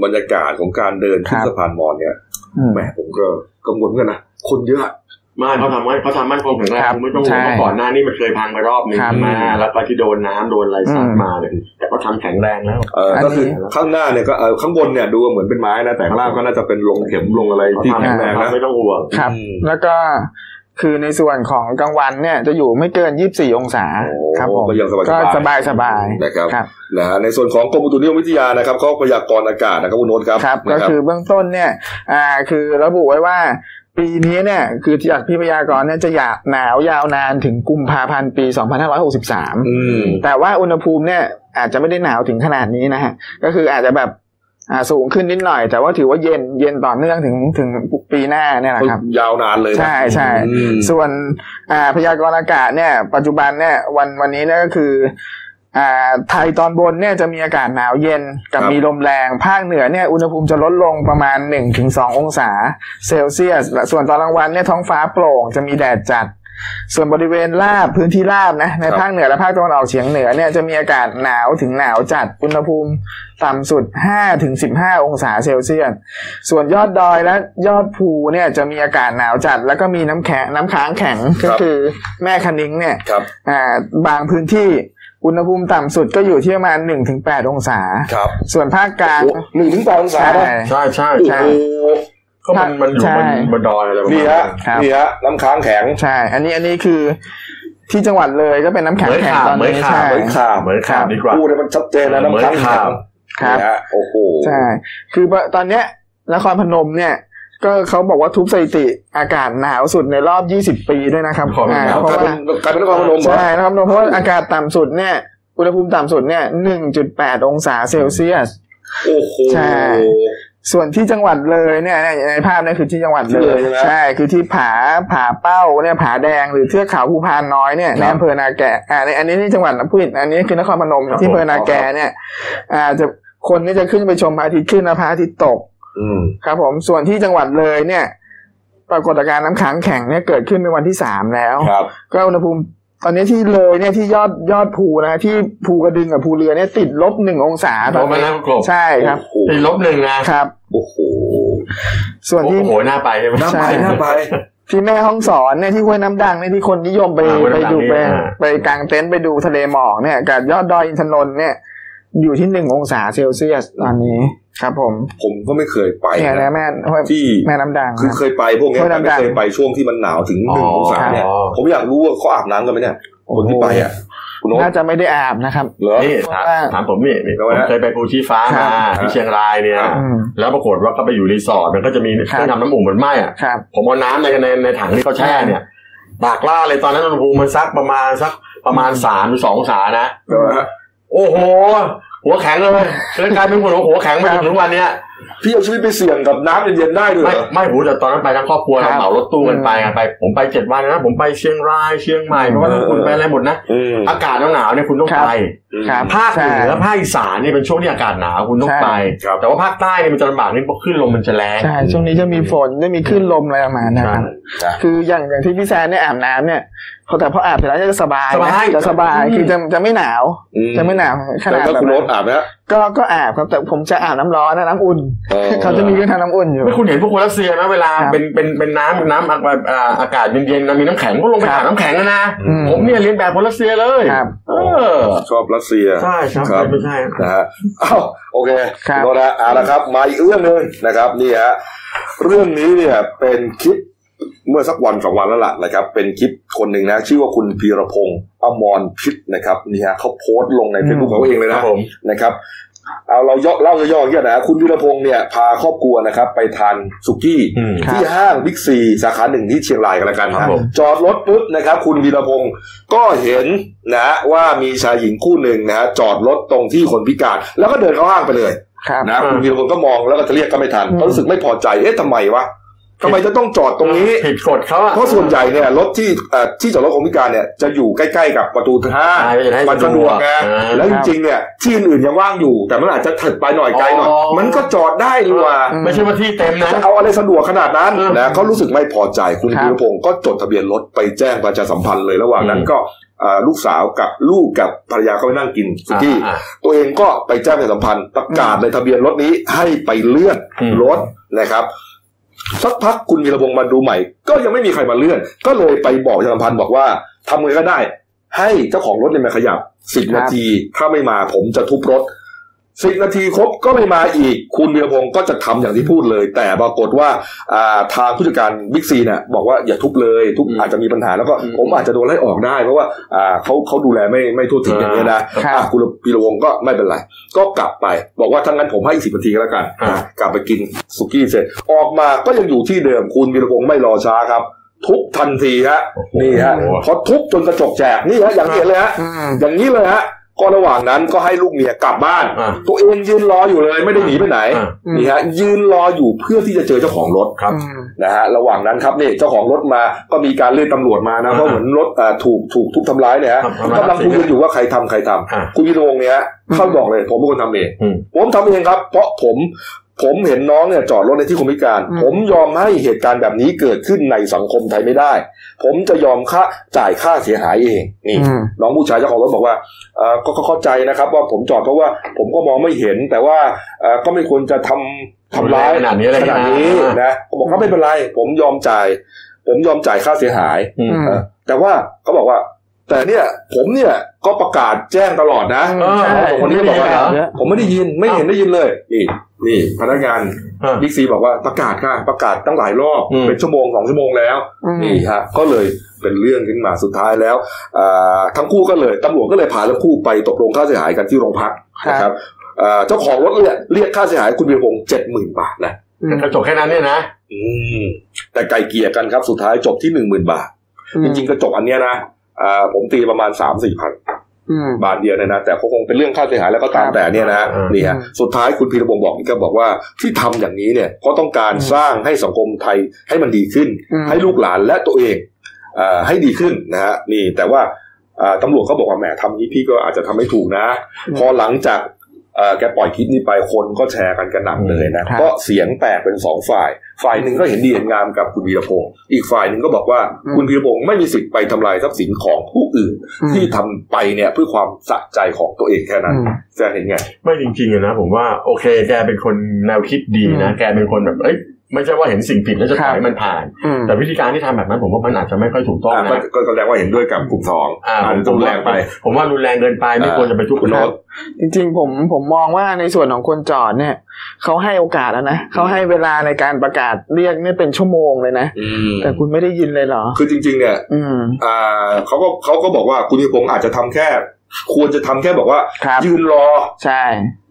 [SPEAKER 1] บรรยากาศของการเดินขึ้น
[SPEAKER 8] ครับ
[SPEAKER 1] สะพานมอญเนี่ย
[SPEAKER 8] อืม
[SPEAKER 1] แหมผมก็กังวลเหมือนกันนะคนเยอะอะ
[SPEAKER 2] ไม่เขาทำให้เขาทำมั่นคงแข็งแรง
[SPEAKER 8] ครับ
[SPEAKER 2] คุณไม่ต้องห่วงเพ
[SPEAKER 8] ใช่
[SPEAKER 2] ราะก่อนหน้านี้มันเคยพังมารอบหนึ่ง
[SPEAKER 8] ครับ
[SPEAKER 2] ใช่ไหมาแล้วก็ที่โดนน้ำโดนอะไรซัด
[SPEAKER 8] อืม
[SPEAKER 2] มาเนี่ยแต่ก็ทำแข็งแรงแล้ว
[SPEAKER 1] เอออน
[SPEAKER 8] นี้
[SPEAKER 1] ก็คือข้างหน้าเนี่ยก็เออข้างบนเนี่ยดูเหมือนเป็นไม้นะแต่ข้างล่างก็น่าจะเป็นลงเข็มลงอะไรที่
[SPEAKER 2] ทำ
[SPEAKER 1] แข็งแรงนะ
[SPEAKER 2] ไม่ต้องห่วง
[SPEAKER 8] ครับ
[SPEAKER 1] อืม
[SPEAKER 8] แล้วก็คือในส่วนของกลางวันเนี่ยจะอยู่ไม่เกิน 24 องศา
[SPEAKER 1] โอ้
[SPEAKER 8] ครับผม
[SPEAKER 1] ก็ยังสบายๆ
[SPEAKER 8] ก็สบายสบายๆ
[SPEAKER 1] นะครับ
[SPEAKER 8] ครับ
[SPEAKER 1] นะฮะในส่วนของกรมอุตุนิยมวิทยานะครับเขาพยากรณ์อากาศนะครับคุณโนตครับ
[SPEAKER 8] ครับ
[SPEAKER 1] นะ
[SPEAKER 8] ก็คือเบื้องต้นเนี่ยอ่าคือระบุไว้ว่า ปีนี้เนี่ยคือจากพิพยากรณ์เนี่ยจะอยากหนาวยาวนานถึงกุมภาพันธ์ปี 2563
[SPEAKER 1] อืม
[SPEAKER 8] แต่ว่าอุณหภูมิเนี่ยอาจจะไม่ได้หนาวถึงขนาดนี้นะฮะ ก็คืออาจจะแบบอ่าสูงขึ้นนิดหน่อย แต่ว่าถือว่าเย็นเย็นต่อเนื่องถึงถึงปีหน้าเนี่ยแหละครับ
[SPEAKER 1] ยาวนานเลยนะ
[SPEAKER 8] ใช่ใช่
[SPEAKER 1] อืม
[SPEAKER 8] ส่วนอ่าพยากรณ์อากาศเนี่ย ปัจจุบันเนี่ยวันวันนี้เนี่ยก็คืออ่าไทยตอนบนเนี่ยจะมีอากาศหนาวเย็นกับมีลมแรงภาคเหนือเนี่ยอุณหภูมิจะลดลงประมาณ 1-2 องศาเซลเซียสและส่วนตอนกลางวันเนี่ยท้องฟ้าโปร่งจะมีแดดจัด ส่วนบริเวณราบพื้นที่ราบนะในภาคเหนือและภาคตะวันออกเฉียงเหนือเนี่ยจะมีอากาศหนาวถึงหนาวจัดอุณหภูมิต่ำสุด 5-15 องศาเซลเซียส ส่วนยอดดอยและยอดภูเนี่ยจะมีอากาศหนาวจัด แล้วก็มีน้ำแข็งน้ำค้างแข็งก็คือแม่คะนิ้งเนี่ย
[SPEAKER 1] ครับ
[SPEAKER 8] อ่าบางพื้นที่อุณหภูมิต่ำสุดก็อยู่ที่ประมาณ 1-8 องศา
[SPEAKER 1] ครับ
[SPEAKER 8] ส่วนภาคกลาง
[SPEAKER 1] หนึ่งถึงแปดองศา
[SPEAKER 8] ใช่
[SPEAKER 1] นะ
[SPEAKER 3] ใช่ใช่
[SPEAKER 1] โอ้
[SPEAKER 3] ใช่
[SPEAKER 1] โห
[SPEAKER 3] ก็มันมันอยู่
[SPEAKER 8] ใช่
[SPEAKER 3] บนบนดอยอะไรประมาณ
[SPEAKER 1] นี่ฮะ
[SPEAKER 3] นั้น
[SPEAKER 8] ครับ
[SPEAKER 1] นี่ฮะน้ำค้างแข็ง
[SPEAKER 8] ใช่ อันนี้อันนี้คือที่จังหวัดเลยก็เป็นน้ำแข็
[SPEAKER 3] เห
[SPEAKER 8] ง
[SPEAKER 3] มือน
[SPEAKER 8] แข็ง
[SPEAKER 3] ขาบ
[SPEAKER 8] ตอน
[SPEAKER 3] เหมือน
[SPEAKER 8] นี้
[SPEAKER 3] ขา
[SPEAKER 8] ใช่
[SPEAKER 3] บเหมือนขาบเหมือนขาบดีกว่า
[SPEAKER 1] พูดให้มันชัดเจนนะน้ำค้างแข็ง
[SPEAKER 8] ครับ
[SPEAKER 1] นี่ฮะโอ้โห
[SPEAKER 8] ใช่ คือตอนเนี้ยนครพนมเนี่ย ก็เขาบอกว่าทุบสถิติอากาศหนาวสุดในรอบ 20 ปีด้วยนะครับ
[SPEAKER 3] ขอบคุณ
[SPEAKER 8] อ่า
[SPEAKER 3] ครับ
[SPEAKER 8] เพ
[SPEAKER 1] กลาย
[SPEAKER 8] ราะ
[SPEAKER 1] เป็
[SPEAKER 8] ว
[SPEAKER 1] น
[SPEAKER 8] ่า
[SPEAKER 1] กลายเป็นนครพนมเหรอ
[SPEAKER 8] ใช่นะครับเพราะว่าอากาศต่ำสุดเนี่ยอุณหภูมิต่ำสุดเนี่ย1.8 องศาเซลเซียส
[SPEAKER 1] โอ้โห
[SPEAKER 8] ใช่ ส่วนที่จังหวัดเลยเนี่ยเนี่ยในภาพเนี่ยคือที่จังหวัดเลย
[SPEAKER 1] เลยใช่ไหม
[SPEAKER 8] ใช่คือที่ผาผาเป้าเนี่ยผาแดงหรือเทือกเขาภูพานน้อยเนี่ย
[SPEAKER 1] ครับ
[SPEAKER 8] ในอำเภอนาแกอ่าในอันนี้นี่จังหวัดนะพูดอันนี้คือนครพนมที่อำเภอนาแกเนี่ยอ่าจะคนเนี่ยจะขึ้นไปชมพระอาทิตย์ขึ้นและพระอาทิตย์ตก
[SPEAKER 1] อืม
[SPEAKER 8] ครับผมส่วนที่จังหวัดเลยเนี่ย ปรากฏการณ์น้ำค้างแข็งเนี่ยเกิดขึ้นเป็นวันที่สามแล้ว
[SPEAKER 1] ครับ
[SPEAKER 8] ก็อุณหภูมิตอนนี้ที่เลยเนี่ยที่ยอดยอดภูนะที่ภูกระดึงกับภูเรือเนี่ยติดลบหนึ่งองศาต
[SPEAKER 3] ล
[SPEAKER 8] อน
[SPEAKER 3] บมา
[SPEAKER 8] นี้
[SPEAKER 3] แล้วกบ
[SPEAKER 8] ใช่ครับ
[SPEAKER 1] โอ้โห
[SPEAKER 3] ไอ้ลบหนึ่งนะครับ
[SPEAKER 1] โอ้โห
[SPEAKER 8] ส่วน
[SPEAKER 3] โอ้
[SPEAKER 8] ที่
[SPEAKER 3] โหหน้าไปใช่ไหม
[SPEAKER 8] ใช่
[SPEAKER 1] ไปนะไป
[SPEAKER 8] ที่แม่ห้องสอนเนี่ยที่ห้วยน้ำดังเนี่ยที่คนนิยมไป
[SPEAKER 3] อ่าห้วย
[SPEAKER 8] ไป
[SPEAKER 3] น้ำดัง
[SPEAKER 8] ดู
[SPEAKER 3] นี่
[SPEAKER 8] ไป
[SPEAKER 3] อ่า
[SPEAKER 8] ไปกางเต็นท์ไปดูทะเลหมอกเนี่ยกับยอดดอยอินทนนท์เนี่ย อยู่ที่หนึ่งองศาเซลเซียสตอนนี้ครับผม
[SPEAKER 1] ผมก็ไม่เคยไป
[SPEAKER 8] เนี่ยนะ
[SPEAKER 1] นะ
[SPEAKER 8] แม่ห้วย
[SPEAKER 1] ที่
[SPEAKER 8] แม่น้ำดัง
[SPEAKER 1] คือ
[SPEAKER 8] นะ
[SPEAKER 1] เคยไปพวกเนี้ย
[SPEAKER 8] เคย
[SPEAKER 1] แต่ไม่
[SPEAKER 8] ดำๆ
[SPEAKER 1] เคยไปช่วงที่มันหนาวถึงหนึ่งองศาเนี่ย
[SPEAKER 3] อ๋อ
[SPEAKER 1] ผมอยากรู้ว่าเขาอาบน้ำกันไหมเนี่ยคนที่ไปอ่ะคุณโน้ต
[SPEAKER 8] น่าจะไม่ได้อาบนะครับ
[SPEAKER 1] เหรอ
[SPEAKER 3] นี่ถามถามผมนี่นี่
[SPEAKER 1] ทำ
[SPEAKER 3] ผ
[SPEAKER 1] ไม
[SPEAKER 3] ม
[SPEAKER 1] ฮะ
[SPEAKER 3] เคยไปภูชีฟ้า
[SPEAKER 8] ครั
[SPEAKER 3] มา
[SPEAKER 8] บ
[SPEAKER 3] ที่เชียงรายเนี่ย
[SPEAKER 1] ครับ
[SPEAKER 8] อืม
[SPEAKER 3] แล้วปรากฏว่าก็ไปอยู่รีสอร์ทมันก็จะมีเค
[SPEAKER 8] ครับ
[SPEAKER 3] รื่องทำน้ำอุ่นเหมือนไหม้อะ
[SPEAKER 8] ครับ
[SPEAKER 3] ผมเอาน้ำในในในถังที่เขาแช่เนี่ยตากล่าเลยตอนนั้นอุณหภูมิมันสักประมาณสักประมาณสามหรือสององศานะ
[SPEAKER 1] ใช่ไหมฮะ
[SPEAKER 3] โอ้โห หัวแข็งเลยแล้วกลายเป็นคนหัวแข็งมาจนถึงวันเนี้ย
[SPEAKER 1] พี่เอาชีวิตไปเสี่ยงกับน้ำเย็นๆได้ด้ว
[SPEAKER 3] ไม่
[SPEAKER 1] ยเหรอ
[SPEAKER 3] ไม่หูแต่ตอนนั้นไปทั้งครอบครัว
[SPEAKER 8] ครับ
[SPEAKER 3] เหมารถตู้กันไปกันไป ผมไปเจ็ดวันนะผมไปเชียงรายเชียงใหม่เพราะว่าคุณไปอะไรหมดนะ
[SPEAKER 1] อืม
[SPEAKER 3] อากาศหนาวๆเนี่ยคุณต้องไป
[SPEAKER 8] ครับ
[SPEAKER 3] ภาคเหนื
[SPEAKER 8] ใช่
[SPEAKER 3] อภาคอีสานเนี่ยเป็นช่วงที่อากาศหนาวคุณต้อง
[SPEAKER 8] ใช่
[SPEAKER 3] ไป แต่ว่าภาคใต้เนี่ยมันจะลำบากนิดเพราะขึ้นลมมันจะแรง
[SPEAKER 8] ใช่ช่วงนี้จะมีฝนจะมีคลื่นลมอะไรประมาณนั้นนะครับ
[SPEAKER 1] นะ
[SPEAKER 8] คืออย่างอย่างที่พี่แซนเนี่ยอาบน้ำเนี่ยพอแต่พออาบเสร็จแล้วจะสบาย
[SPEAKER 3] สบาย
[SPEAKER 8] จะสบายคือจะจะไม่หนาว
[SPEAKER 1] อื
[SPEAKER 8] จะไม่หนาวขนาด
[SPEAKER 1] แล้ว
[SPEAKER 8] แบบ
[SPEAKER 1] คุณ
[SPEAKER 8] นั้
[SPEAKER 1] โน้ต
[SPEAKER 8] น
[SPEAKER 1] อาบไหมฮะ
[SPEAKER 8] ก็ก็อาบครับแต่ผมจะอาบน้ำร้อนนะน้ำอุ่น
[SPEAKER 1] ออ
[SPEAKER 8] เขาจะมีเครื่องทำน้ำอุ่นอยู่
[SPEAKER 3] ไม่คุณเห็นพวกคนรัสเซียไหมเวลา
[SPEAKER 8] ครับ
[SPEAKER 3] เป็นเป็นเป็นน้ำน้ำอากาศอ่าอากาศเย็นๆนะมีน้ำแข็งก็ลงไป
[SPEAKER 8] ครับ
[SPEAKER 3] หาน้ำแข็งนะนะ
[SPEAKER 8] อืม
[SPEAKER 3] ผมเนี่ยเรียนแบบคนรัสเซียเลย
[SPEAKER 8] ครับ
[SPEAKER 3] เออ
[SPEAKER 1] ชอบรัสเซีย
[SPEAKER 3] ใช่ใช่
[SPEAKER 1] ครับ
[SPEAKER 3] ไม่ใช่
[SPEAKER 1] นะฮะอ้าวโอเค
[SPEAKER 8] ครับ
[SPEAKER 1] โนนะเอาละครับ มาอีกเรื่องหนึ่งนะครับนี่ฮะเรื่องนี้เนี่ยเป็นคลิปเมื่อสักวันสองวันแล้วล่ะนะครับ เป็นคลิปคนหนึ่งนะ ชื่อว่าคุณพีรพงศ์อมรพิษนะครับนี่ฮะเขาโพสต์ลงในเฟซบุ๊กของเขาเองเลย
[SPEAKER 3] ครั
[SPEAKER 1] นะ
[SPEAKER 3] บผม
[SPEAKER 1] นะครับเอาเราย่อเล่าย่อๆอย่างเงี้ยนะคุณวิรพงษ์เนี่ยพาครอบครัวนะครับ ไปทานสุกี้
[SPEAKER 3] อืม
[SPEAKER 8] ครับ
[SPEAKER 1] ที่ห้างบิ๊กซีสาขาหนึ่งที่เชียงรายกันแล้วกัน
[SPEAKER 3] ครั
[SPEAKER 1] นะ
[SPEAKER 3] บผม
[SPEAKER 1] จอดรถปุ๊บนะครับ คุณวีรพงษ์ก็เห็นนะว่ามีชายหญิงคู่หนึ่งนะจอดรถตรงที่คนพิการ แล้วก็เดินเข้าห้างไปเลย
[SPEAKER 8] ครับ
[SPEAKER 1] นะคุณวีรพงษ์ก็มองแล้วก็จะเรียกก็ไม่ทัน
[SPEAKER 8] อืม
[SPEAKER 1] ก็รู้สึกไม่พอใจเอ๊ะทำไมวะ ทำไมจะต้องจอดตรงนี้
[SPEAKER 2] ผิดกฎเขาอะ
[SPEAKER 1] เพราะส่วนใหญ่เนี่ยรถที่เอ่อที่จอดรถของพิการเนี่ยจะอยู่ใกล้ๆกับประตูท่า
[SPEAKER 2] ใช่ให้
[SPEAKER 1] มันสะดวกไง
[SPEAKER 2] เออ
[SPEAKER 1] แล้วจริงๆเนี่ยที่อื่นๆยังว่างอยู่ แต่มันอาจจะถัดไปหน่อยไกลหน่อย
[SPEAKER 2] อ๋อ
[SPEAKER 1] มันก็จอดได้ดีกว่า
[SPEAKER 8] อื
[SPEAKER 2] ไม่ใช่ว่าที่เต็มนะ
[SPEAKER 1] จะเอาอะไรสะดวกขนาดนั้น
[SPEAKER 2] เออ
[SPEAKER 1] นะเขารู้สึกไม่พอใจคุณ
[SPEAKER 8] ครับ
[SPEAKER 1] พีรพงศ์ก็จดทะเบียนรถไปแจ้งประชาสัมพันธ์เลยระหว่างนั้นก็เอ่อลูกสาวกับลูกกับภรรยาเขาไปนั่งกินสุกี้
[SPEAKER 2] อ่า
[SPEAKER 1] ตัวเองก็ไปแจ้งประชาสัมพันธ์ประกาศในทะเบียนรถนี้ให้ไปเลื่อน
[SPEAKER 2] อืม
[SPEAKER 1] รถนะครับ สักพักคุณวีระพงศ์มาดูใหม่ ก็ยังไม่มีใครมาเลื่อน ก็เลยไปบอกประชาสัมพันธ์บอกว่าทำไงก็ได้ ให้เจ้าของรถเนี่ยมาขยับสิบ
[SPEAKER 8] ครับ
[SPEAKER 1] นาที ถ้าไม่มาผมจะทุบรถสิบนาทีครบก็ไม่มาอีก คุณวีระพงศ์ก็จะทำอย่างที่พูดเลย แต่ปรากฏว่าอ่าทางผู้จัดการบิ๊กซีเนี่ยบอกว่าอย่าทุบเลยทุบอาจจะมีปัญหาแล้วก็ผมอาจจะโดนไล่ออกได้เพราะว่าอ่าเขาเขาดูแลไม่ไม่ทั่วถึงอย่างนี้ยนะ
[SPEAKER 8] ครับ
[SPEAKER 1] อ่ะคุณพีรวงศ์ก็ไม่เป็นไร ก็กลับไป บอกว่าถ้างั้นผมให้อีกสิบนาทีก็แล้วกัน
[SPEAKER 2] อ่ะ
[SPEAKER 1] กลับไปกินสุกี้เสร็จ ออกมาก็ยังอยู่ที่เดิมคุณพีรวงศ์ไม่รอช้าครับ ทุบทันทีฮะนี่ฮะพอทุบจนกระจกแจกนี่ฮะอย่างที่เห็นเลยฮะ
[SPEAKER 8] อืม
[SPEAKER 1] อย่างนี้เลยฮะก็ระหว่างนั้นก็ให้ลูกเมียกลับบ้าน
[SPEAKER 2] อ่ะ
[SPEAKER 1] ตัวเองยืนรออยู่เลยไม่ได้หนีไปไหน
[SPEAKER 2] อ่ะ
[SPEAKER 8] อืม
[SPEAKER 1] นี่ฮะยืนรออยู่เพื่อที่จะเจอเจ้าของรถ
[SPEAKER 2] ครับ
[SPEAKER 8] อืม
[SPEAKER 1] นะฮะระหว่างนั้นครับนี่เจ้าของรถมาก็มีการเรียกตำรวจมานะ
[SPEAKER 2] อ่า
[SPEAKER 1] เพราะเหมือนรถอ่าถูกถูกทุบทำร้ายเนี่ยฮะ
[SPEAKER 2] ครับ
[SPEAKER 1] กำลังคุยกันอยู่ว่าใครทำใครทำ
[SPEAKER 2] อ่า
[SPEAKER 1] คุณพิรงค์เนี่ยฮะเข้าบอกเลย ผมเป็นคนทำเอง
[SPEAKER 2] อืม
[SPEAKER 1] ผมทำเองครับ เพราะผมผมเห็นน้องเนี่ยจอดรถในที่คนพิการ
[SPEAKER 8] อืม
[SPEAKER 1] ผมยอมให้เหตุการณ์แบบนี้เกิดขึ้นในสังคมไทยไม่ได้ ผมจะยอมค่าจ่ายค่าเสียหายเองนี่
[SPEAKER 8] อืม
[SPEAKER 1] น้องผู้ชายเจ้าของรถบอกว่าเอ่อก็ก็เข้าใจนะครับ ว่าผมจอดเพราะว่าผมก็มองไม่เห็น แต่ว่าเอ่อก็ไม่ควรจะทำทำร้าย
[SPEAKER 2] ขนาดนี้อะไร
[SPEAKER 1] ขนาดนี้
[SPEAKER 2] ขนาดนั้น
[SPEAKER 1] นะเขาบอกว่า
[SPEAKER 8] อืม
[SPEAKER 1] ไม่เป็นไร ผมยอมจ่าย ผมยอมจ่ายค่าเสียหาย
[SPEAKER 2] อืม
[SPEAKER 1] เออแต่ว่าเขาบอกว่า แต่เนี่ยผมเนี่ยก็ประกาศแจ้งตลอดนะ
[SPEAKER 2] เออ
[SPEAKER 8] ใช่
[SPEAKER 1] คนนี้ก็บอกว่า
[SPEAKER 2] ไม่ได้ยินเหรอ
[SPEAKER 1] ผมไม่ได้ยินไม่เห็นได้ยินเลยนี่นี่พนักงาน
[SPEAKER 2] เออ
[SPEAKER 1] บิ๊กซีบอกว่าประกาศค่ะประกาศตั้งหลายรอบ
[SPEAKER 2] อืม
[SPEAKER 1] เป็นชั่วโมงสองชั่วโมงแล้ว
[SPEAKER 8] อืม
[SPEAKER 1] นี่ฮะก็เลยเป็นเรื่องขึ้นมาสุดท้ายแล้วอ่าทั้งคู่ก็เลยตำรวจก็เลยพาทั้งคู่ไปตกลงค่าเสียหายกันที่โรงพัก
[SPEAKER 8] ครับ
[SPEAKER 1] นะครับอ่าเจ้าของรถเนี่ยเรียกค่าเสียหายคุณเบียพงเจ็ดหมื่นบาทนะ
[SPEAKER 8] อืม
[SPEAKER 2] กระจกแค่นั้นเนี่ยนะ
[SPEAKER 1] อืมแต่ไกลเกลี่ยกันครับสุดท้ายจบที่หนึ่งหมื่นบาท จริงๆกระจกอันเนี้ยนะอ่าผมตีประมาณสามสี่พัน
[SPEAKER 8] อืม
[SPEAKER 1] บาทเดียวเนี่ยนะแต่ก็คงเป็นเรื่องค่าเสียหายแล้วก็ตาม
[SPEAKER 8] ครับ
[SPEAKER 1] แต่เนี่ยนะฮะ
[SPEAKER 2] อืม
[SPEAKER 1] นี่ฮะ
[SPEAKER 8] อืม
[SPEAKER 1] สุดท้ายคุณพีรพงศ์บอกนี่ก็บอกว่าที่ทำอย่างนี้เนี่ยเพราะต้องการสร้างให้สังคมไทยให้มันดีขึ้น
[SPEAKER 8] อืม
[SPEAKER 1] ให้ลูกหลานและตัวเองเออให้ดีขึ้นนะฮะนี่แต่ว่าเอ่อตำรวจเขาบอกว่าแหมทำนี้พี่ก็อาจจะทำไม่ถูกนะ
[SPEAKER 8] อืม
[SPEAKER 1] พอหลังจากเอ่อแกปล่อยคลิปนี้ไปคนก็แชร์กันกระหน่ำเลยนะครับ ก็เสียงแตกเป็นสองฝ่าย ฝ่ายหนึ่งก็เห็นดีเห็นงามกับคุณวีรพงศ์อีกฝ่ายหนึ่งก็บอกว่าคุณวีรพงศ์ไม่มีสิทธิ์ไปทำลายทรัพย์สินของผู้อื่น
[SPEAKER 8] อืม
[SPEAKER 1] ที่ทำไปเนี่ยเพื่อความสะใจของตัวเองแค่นั้น
[SPEAKER 8] อืม
[SPEAKER 1] แฟนเห็นไง
[SPEAKER 2] ไม่จริงๆอะนะผมว่าโอเคแกเป็นคนแนวคิดดีนะ
[SPEAKER 8] อืม
[SPEAKER 2] แกเป็นคนแบบเอ้ยไม่ใช่ว่าเห็นสิ่งผิดแล้วจะปล่อย
[SPEAKER 8] ครับ
[SPEAKER 2] ให้มันผ่าน
[SPEAKER 8] อืม
[SPEAKER 2] แต่วิธีการที่ทำแบบนั้นผมว่ามันอาจจะไม่ค่อยถูกต้อง
[SPEAKER 1] อ่ะก็
[SPEAKER 2] นะ
[SPEAKER 1] ก็แสดงว่าเห็นด้วยกับกลุ่มสอง
[SPEAKER 2] อ่า
[SPEAKER 1] อาจจะรุนแรงไป
[SPEAKER 2] ผมว่ารุนแรงเกินไปไม่
[SPEAKER 1] อ่า
[SPEAKER 2] ควรจะไปทุบ
[SPEAKER 1] คุณโน้ต
[SPEAKER 8] จริงๆผมผมมองว่าในส่วนของคนจอดเนี่ยเขาให้โอกาสแล้วนะเขาให้เวลาในการประกาศเรียกเนี่ยเป็นชั่วโมงเลยนะ แต่คุณไม่ได้ยินเลยเหรอ
[SPEAKER 1] คือจริง ๆ เนี่ย
[SPEAKER 8] อืม
[SPEAKER 1] อ่าเขาก็เขาก็บอกว่าคุณพิพงศ์อาจจะทำแค่ ควรจะทำแค่บอกว่า
[SPEAKER 8] ครับ
[SPEAKER 1] ยืนรอ
[SPEAKER 8] ใช่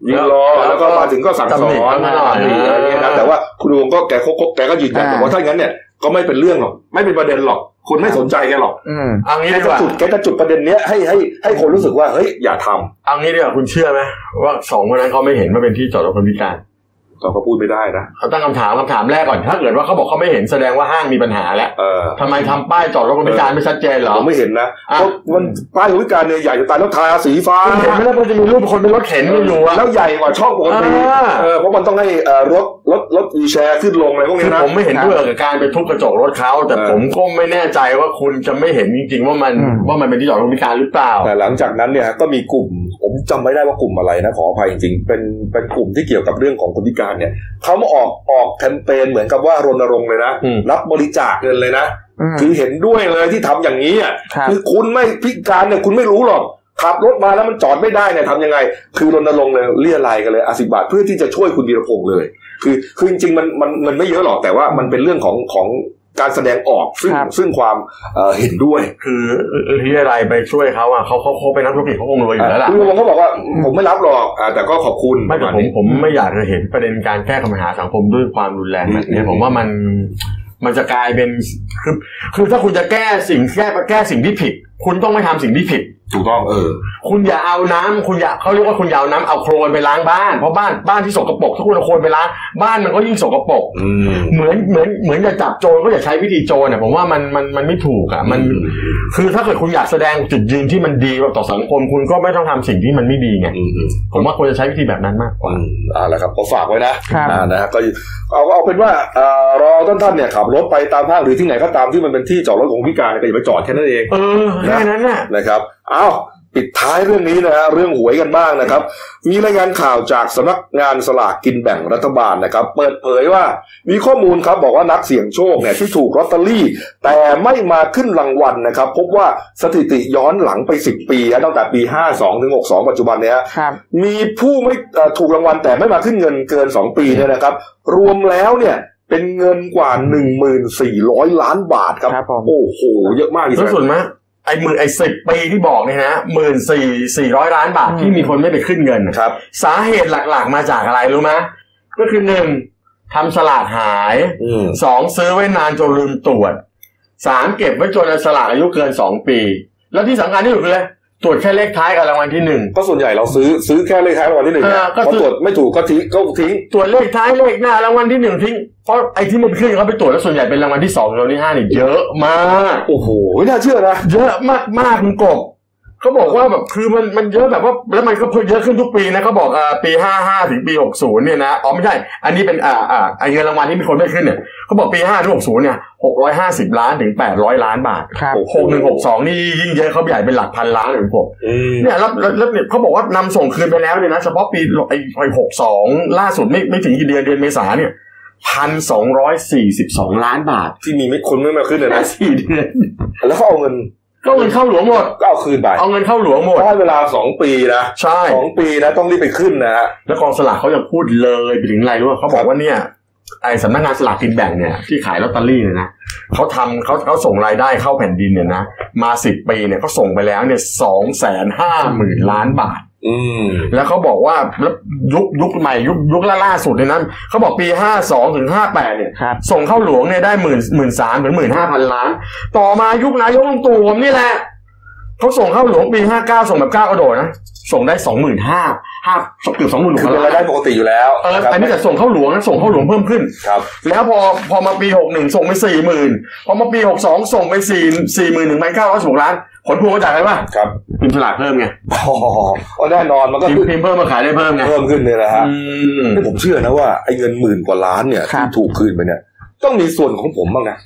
[SPEAKER 1] ยืนรอ แล้วก็มาถึงก็สั่งส
[SPEAKER 2] ตำ
[SPEAKER 1] อ
[SPEAKER 2] หนิ
[SPEAKER 1] น
[SPEAKER 2] เขาหน่อย
[SPEAKER 1] อะไรอย่างเงี้ยนะแต่ว่าคุณพิพงศ์ก็แกเขาแกก็ยืนยัน
[SPEAKER 8] อ่า
[SPEAKER 1] บอกว่าถ้างั้นเนี่ยก็ไม่เป็นเรื่องหรอกไม่เป็นประเด็นหรอกคนไม่สนใจแกหรอก
[SPEAKER 8] อืม
[SPEAKER 2] เอางี้
[SPEAKER 1] แก
[SPEAKER 2] ดีก
[SPEAKER 1] จะ
[SPEAKER 2] ว่า
[SPEAKER 1] จุดแกจะจุดประเด็นเนี้ยให้ให้ให้คนรู้สึกว่าเฮ้ยอย่าท
[SPEAKER 2] เอางี้ดีกว่าคุณเชื่อไหมว่าสองคนนั้นเขาไม่เห็นว่าเป็นที่จอดรถคนพิการ
[SPEAKER 1] ำเราก็พูดไม่ได้นะ
[SPEAKER 2] เขาตั้งคำถามคำถามแรกก่อนถ้าเกิดว่าเขาบอกเขาไม่เห็นแสดงว่าห้างมีปัญหาแล้ว
[SPEAKER 1] เออ
[SPEAKER 2] ทำไมทำป้ายจอดรถคนพิการไม่ชัดเจนเหรอ
[SPEAKER 1] ผมไม่เห็นนะ
[SPEAKER 2] อ่ะ
[SPEAKER 1] เพราะมันป้ายของพิการเนี่ยใหญ่จะตายแล้วทาสีฟ้า
[SPEAKER 2] คุณเห็นไหมล่ะมันจะมีรูปคนเป็นรถเข็นอยู่อะ
[SPEAKER 1] แล้วใหญ่กว่าช่องปกติ
[SPEAKER 2] อ่า
[SPEAKER 1] เออเพราะมันต้องให้เอ่อรถรถรถวีแชร์ขึ้นลงอะไรพวก
[SPEAKER 2] คื
[SPEAKER 1] นี้
[SPEAKER 2] อ
[SPEAKER 1] นะ
[SPEAKER 2] ผมไม่เห็นด้วยกับการไปทุบกระจกรถเขาแต่
[SPEAKER 1] เออ
[SPEAKER 2] ผมก็ไม่แน่ใจว่าคุณจะไม่เห็นจริงๆว่ามัน
[SPEAKER 8] อืม
[SPEAKER 2] ว่ามันเป็นที่จอดรถพิการหรือเปล่า
[SPEAKER 1] แต่หลังจากนั้นเนี่ยก็มีกลุ่ม ผมจำไม่ได้ว่ากลุ่มอะไรนะขออภัยจริงๆเป็นเป็นกลุ่มที่เกี่ยวกับเรื่องของคนพิการเนี่ยเขามาออกออกแคมเปญเหมือนกับว่ารณรงค์เลยนะ
[SPEAKER 2] อืม
[SPEAKER 1] รับบริจาคเงินเลยนะ
[SPEAKER 8] อืม
[SPEAKER 1] คือเห็นด้วยเลยที่ทำอย่างนี้อ่ะ
[SPEAKER 8] ครับ
[SPEAKER 1] อคุณไม่พิการเนี่ยคุณไม่รู้หรอกขับรถมาแล้วมันจอดไม่ได้เนี่ยทำยังไง คือรณรงค์เลยเลี่ยรายกันเลยอาสิบาทเพื่อที่จะช่วยคุณวีรพงษ์เลย คือคือจริงๆมันมันมันไม่เยอะหรอกแต่ว่ามันเป็นเรื่องของของการแสดงออกซึ่ง
[SPEAKER 8] ครับ
[SPEAKER 1] ซึ่งความเอ่อเห็นด้วย
[SPEAKER 2] คือที่อะไรไปช่วยเขาอ่ะเขาเขาเขาเป็นนักธุรกิจเขาคงรวยอยู่แล้วล่ะ
[SPEAKER 1] คุณลุงก็บอกว่าผมไม่รับหรอกอ่าแต่ก็ขอบคุณ
[SPEAKER 2] ไม่แต่
[SPEAKER 1] ประาณ
[SPEAKER 2] ผม
[SPEAKER 1] นี้
[SPEAKER 2] ผมไม่อยากจะเห็น <laughs> ประเด็นการแก้ปัญหาสังคมด้วยความรุนแรงแบบ
[SPEAKER 1] อื
[SPEAKER 2] นี้
[SPEAKER 1] ม
[SPEAKER 2] ผมว่ามันมันจะกลายเป็นคือคือถ้าคุณจะแก้สิ่งแก้แก้สิ่งที่ผิด คุณต้องไม่ทำสิ่งที่ผิด
[SPEAKER 1] ถูกต้องเออ
[SPEAKER 2] คุณอย่าเอาน้ำคุณอย่าเขาเรียกว่าคุณอย่าเอาน้ำเอาโครนไปล้างบ้านเพราะบ้านบ้านที่สกปรกถ้าคุณเอาโครนไปล้างบ้านมันก็ยิ่งสกปรก
[SPEAKER 1] อืม
[SPEAKER 2] เหมือนเหมือนเหมือนจะจับโจรก็อย่าใช้วิธีโจรเนี่ยผมว่ามันมันมันไม่ถูกอ่ะมันคือถ้าเกิดคุณอยากแสดงจุดยืนที่มันดีต่อสังคมคุณก็ไม่ต้องทำสิ่งที่มันไม่ดีไง
[SPEAKER 1] อืมอืม
[SPEAKER 2] ผมว่าควรจะใช้วิธีแบบนั้นมากกว่า
[SPEAKER 1] อืมเอ่าละครับก็ฝากไว้นะครับ อ่านะฮะก็เอาเอาเป็นว่าเอ่อรอท่านท่านๆเนี่ยขับรถไปตามห้างหรือที่ไหนก็ตามที่มันเป็นที่จอดรถของพิการเนี่ยก็อย่าไปจอดแค่นั้นเอง
[SPEAKER 2] เออแค่นั้นน่ะ
[SPEAKER 1] นะครับอ้าวปิดท้ายเรื่องนี้นะฮะเรื่องหวยกันบ้างนะครับ มีรายงานข่าวจากสำนักงานสลากกินแบ่งรัฐบาลนะครับ เปิดเผยว่ามีข้อมูลครับบอกว่านักเสี่ยงโชคเนี่ยที่ถูกลอตเตอรี่ แต่ไม่มาขึ้นรางวัลนะครับ พบว่าสถิติย้อนหลังไป 10 ปีฮะตั้งแต่ปี 52ถึง62 ปัจจุบันเนี่ยฮะ
[SPEAKER 8] ครับ
[SPEAKER 1] มีผู้ไม่เอ่อถูกรางวัลแต่ไม่มาขึ้นเงินเกิน 2 ปีเนี่ยนะครับ รวมแล้วเนี่ยเป็นเงินกว่า 1,400 ล้านบาทครับ
[SPEAKER 8] ครับผม
[SPEAKER 1] โอ้โห เยอะมากอีก
[SPEAKER 2] แล้ว
[SPEAKER 1] แล้ว
[SPEAKER 2] ส่วนมากไอ้หมื่นไอ้สิบปีที่บอกเนี่ยนะหมื่นสี่สี่ร้อยล้านบาทที่มีคนไม่ไปขึ้นเงินน่ะ
[SPEAKER 1] ครับ
[SPEAKER 2] สาเหตุหลักๆมาจากอะไรรู้ไหมก็คือหนึ่งทำสลากหาย
[SPEAKER 1] อืม
[SPEAKER 2] สองซื้อไว้นานจนลืมตรวจสามเก็บไว้จนสลากอายุเกินสองปี แล้วที่สำคัญที่สุดคืออะไรตรวจแค่เลขท้ายกับรางวัลที่หนึ่ง
[SPEAKER 1] ก็ส่วนใหญ่เราซื้อซื้อแค่เลขท้ายรางวัลที่หนึ่ง
[SPEAKER 2] เออ
[SPEAKER 1] นะ
[SPEAKER 2] ก็
[SPEAKER 1] พอ
[SPEAKER 2] คือ
[SPEAKER 1] ตรวจไม่ถูกก็ทิ้งก็ทิ้ง
[SPEAKER 2] ตรวจเลขท้ายเลขหน้ารางวัลที่หนึ่งทิ้งเพราะไอ้ที่ไม่ขึ้นเขาไปตรวจแล้วส่วนใหญ่เป็นรางวัลที่สองรางวัลที่ห้าเนี่ยเยอะมาก
[SPEAKER 1] โอ้โหไม่น่าเชื่อนะ
[SPEAKER 2] เยอะมากมากๆคุณกบเขาบอกว่าแบบคือมันมันเยอะแบบว่าแล้วมันก็เพิ่มเยอะขึ้นทุกปีนะเขาบอกอ่าปีห้าห้าถึงปีหกศูนย์เนี่ยนะอ๋อไม่ใช่อันนี้เป็นอ่าอ่าไอเงินรางวัลที่มีคนได้ขึ้นเนี่ยเขาบอกปีห้าถึงหกศูนย์เนี่ยหกร้อยห้าสิบล้านถึงแปดร้อยล้านบาท
[SPEAKER 8] ครับ
[SPEAKER 2] หกหนึ่งหกสองนี่ยิ่งเยอะเขาใหญ่เป็นหลักพันล้านเลยคุณกบ
[SPEAKER 1] อืม
[SPEAKER 2] เนี่ยแล้วแล้วแล้วเนี่ยเขาบอกว่านำส่งคืนไปแล้วเนี่ยนะเฉพาะปีไอไอหกสองล่าสุดไม่ไม่ถึงกี่เดือนเดือนเมษาเนี่ยพันสองร้อยสี่สิบสองล้านบาท
[SPEAKER 1] ที่มีไม่คนไม่มาขึ้นเนี่ย
[SPEAKER 2] แค่
[SPEAKER 1] นะ
[SPEAKER 2] <laughs> สี่เดือน
[SPEAKER 1] แล้วเขาเอาเงิน
[SPEAKER 2] ก็เงินเข้าหลวงหมด
[SPEAKER 1] ก็เอาคืนไป
[SPEAKER 2] เอาเงินเข้าหลวงหมด
[SPEAKER 1] ได้เวลาสองปีนะ
[SPEAKER 2] ใช่
[SPEAKER 1] สองปีนะต้องรีบไปขึ้นนะฮะ
[SPEAKER 2] แล้วกองสลากเขายังพูดเลยไปถึงอะไรรู้ป่ะเขาบอกว่าเนี่ยไอ้สำนักงานสลากกินแบ่งเนี่ยที่ขายลอตเตอรี่เนี่ยนะเขาทำเขาเขาส่งรายได้เข้าแผ่นดินเนี่ยนะมาสิบปีเนี่ยเขาส่งไปแล้วเนี่ยสองแสนห้าหมื่นล้านบาท
[SPEAKER 1] อืม
[SPEAKER 2] แล้วเขาบอกว่าแล้วยุคยุคใหม่ยุคยุคล่าล่าสุดเนี่ยนะเขาบอกปีห้าสองถึงห้าแปดเนี่ย
[SPEAKER 8] ครับ
[SPEAKER 2] ส่งเข้าหลวงเนี่ยได้หมื่นหมื่นสามถึงหมื่นห้าพันล้าน ต่อมายุคนายกลุงตู่ผมนี่แหละเขาส่งเข้าหลวงปีห้าเก้าส่งแบบเก้าวกระโดดนะส่งได้สองหมื่นห้าห้าเกือบสองหมื่น
[SPEAKER 1] คือ
[SPEAKER 2] ล้า
[SPEAKER 1] เป็นรายได้
[SPEAKER 2] น
[SPEAKER 1] ปกติอยู่แล้ว
[SPEAKER 2] เออ
[SPEAKER 1] นะครับ
[SPEAKER 2] อันนี้แต่ส่งเข้าหลวงนะส่งเข้าหลวงเพิ่มขึ้น
[SPEAKER 1] ครับ
[SPEAKER 2] แล้วพอพอมาปีหกหนึ่งส่งไปสี่หมื่นพอมาปีหกสองส่งไปสี่สี่หมื่นหนึ่งพันเก้าร้อยสิบหกล้านผลพวงมาจากอะไรวะ
[SPEAKER 1] ครับ <laughs>
[SPEAKER 2] พิมพ์ฉลากเพิ่มไง
[SPEAKER 1] อ๋ออ๋อแน่นอนมันก็
[SPEAKER 2] พิม
[SPEAKER 1] ขึ้น
[SPEAKER 2] พ์พิมพ์เพิ่มมาขายได้เพิ่มไง
[SPEAKER 1] เพิ่มขึ้นเนี่ยนะฮะ
[SPEAKER 2] อืม
[SPEAKER 1] นี่ผมเชื่อนะว่าไอ้เงินหมื่นกว่าล้านเนี่ย
[SPEAKER 8] ครั
[SPEAKER 1] ที่
[SPEAKER 8] บ
[SPEAKER 1] ถูกคืนไปเนี่ย ต้องมีส่วนของผมบ้างนะ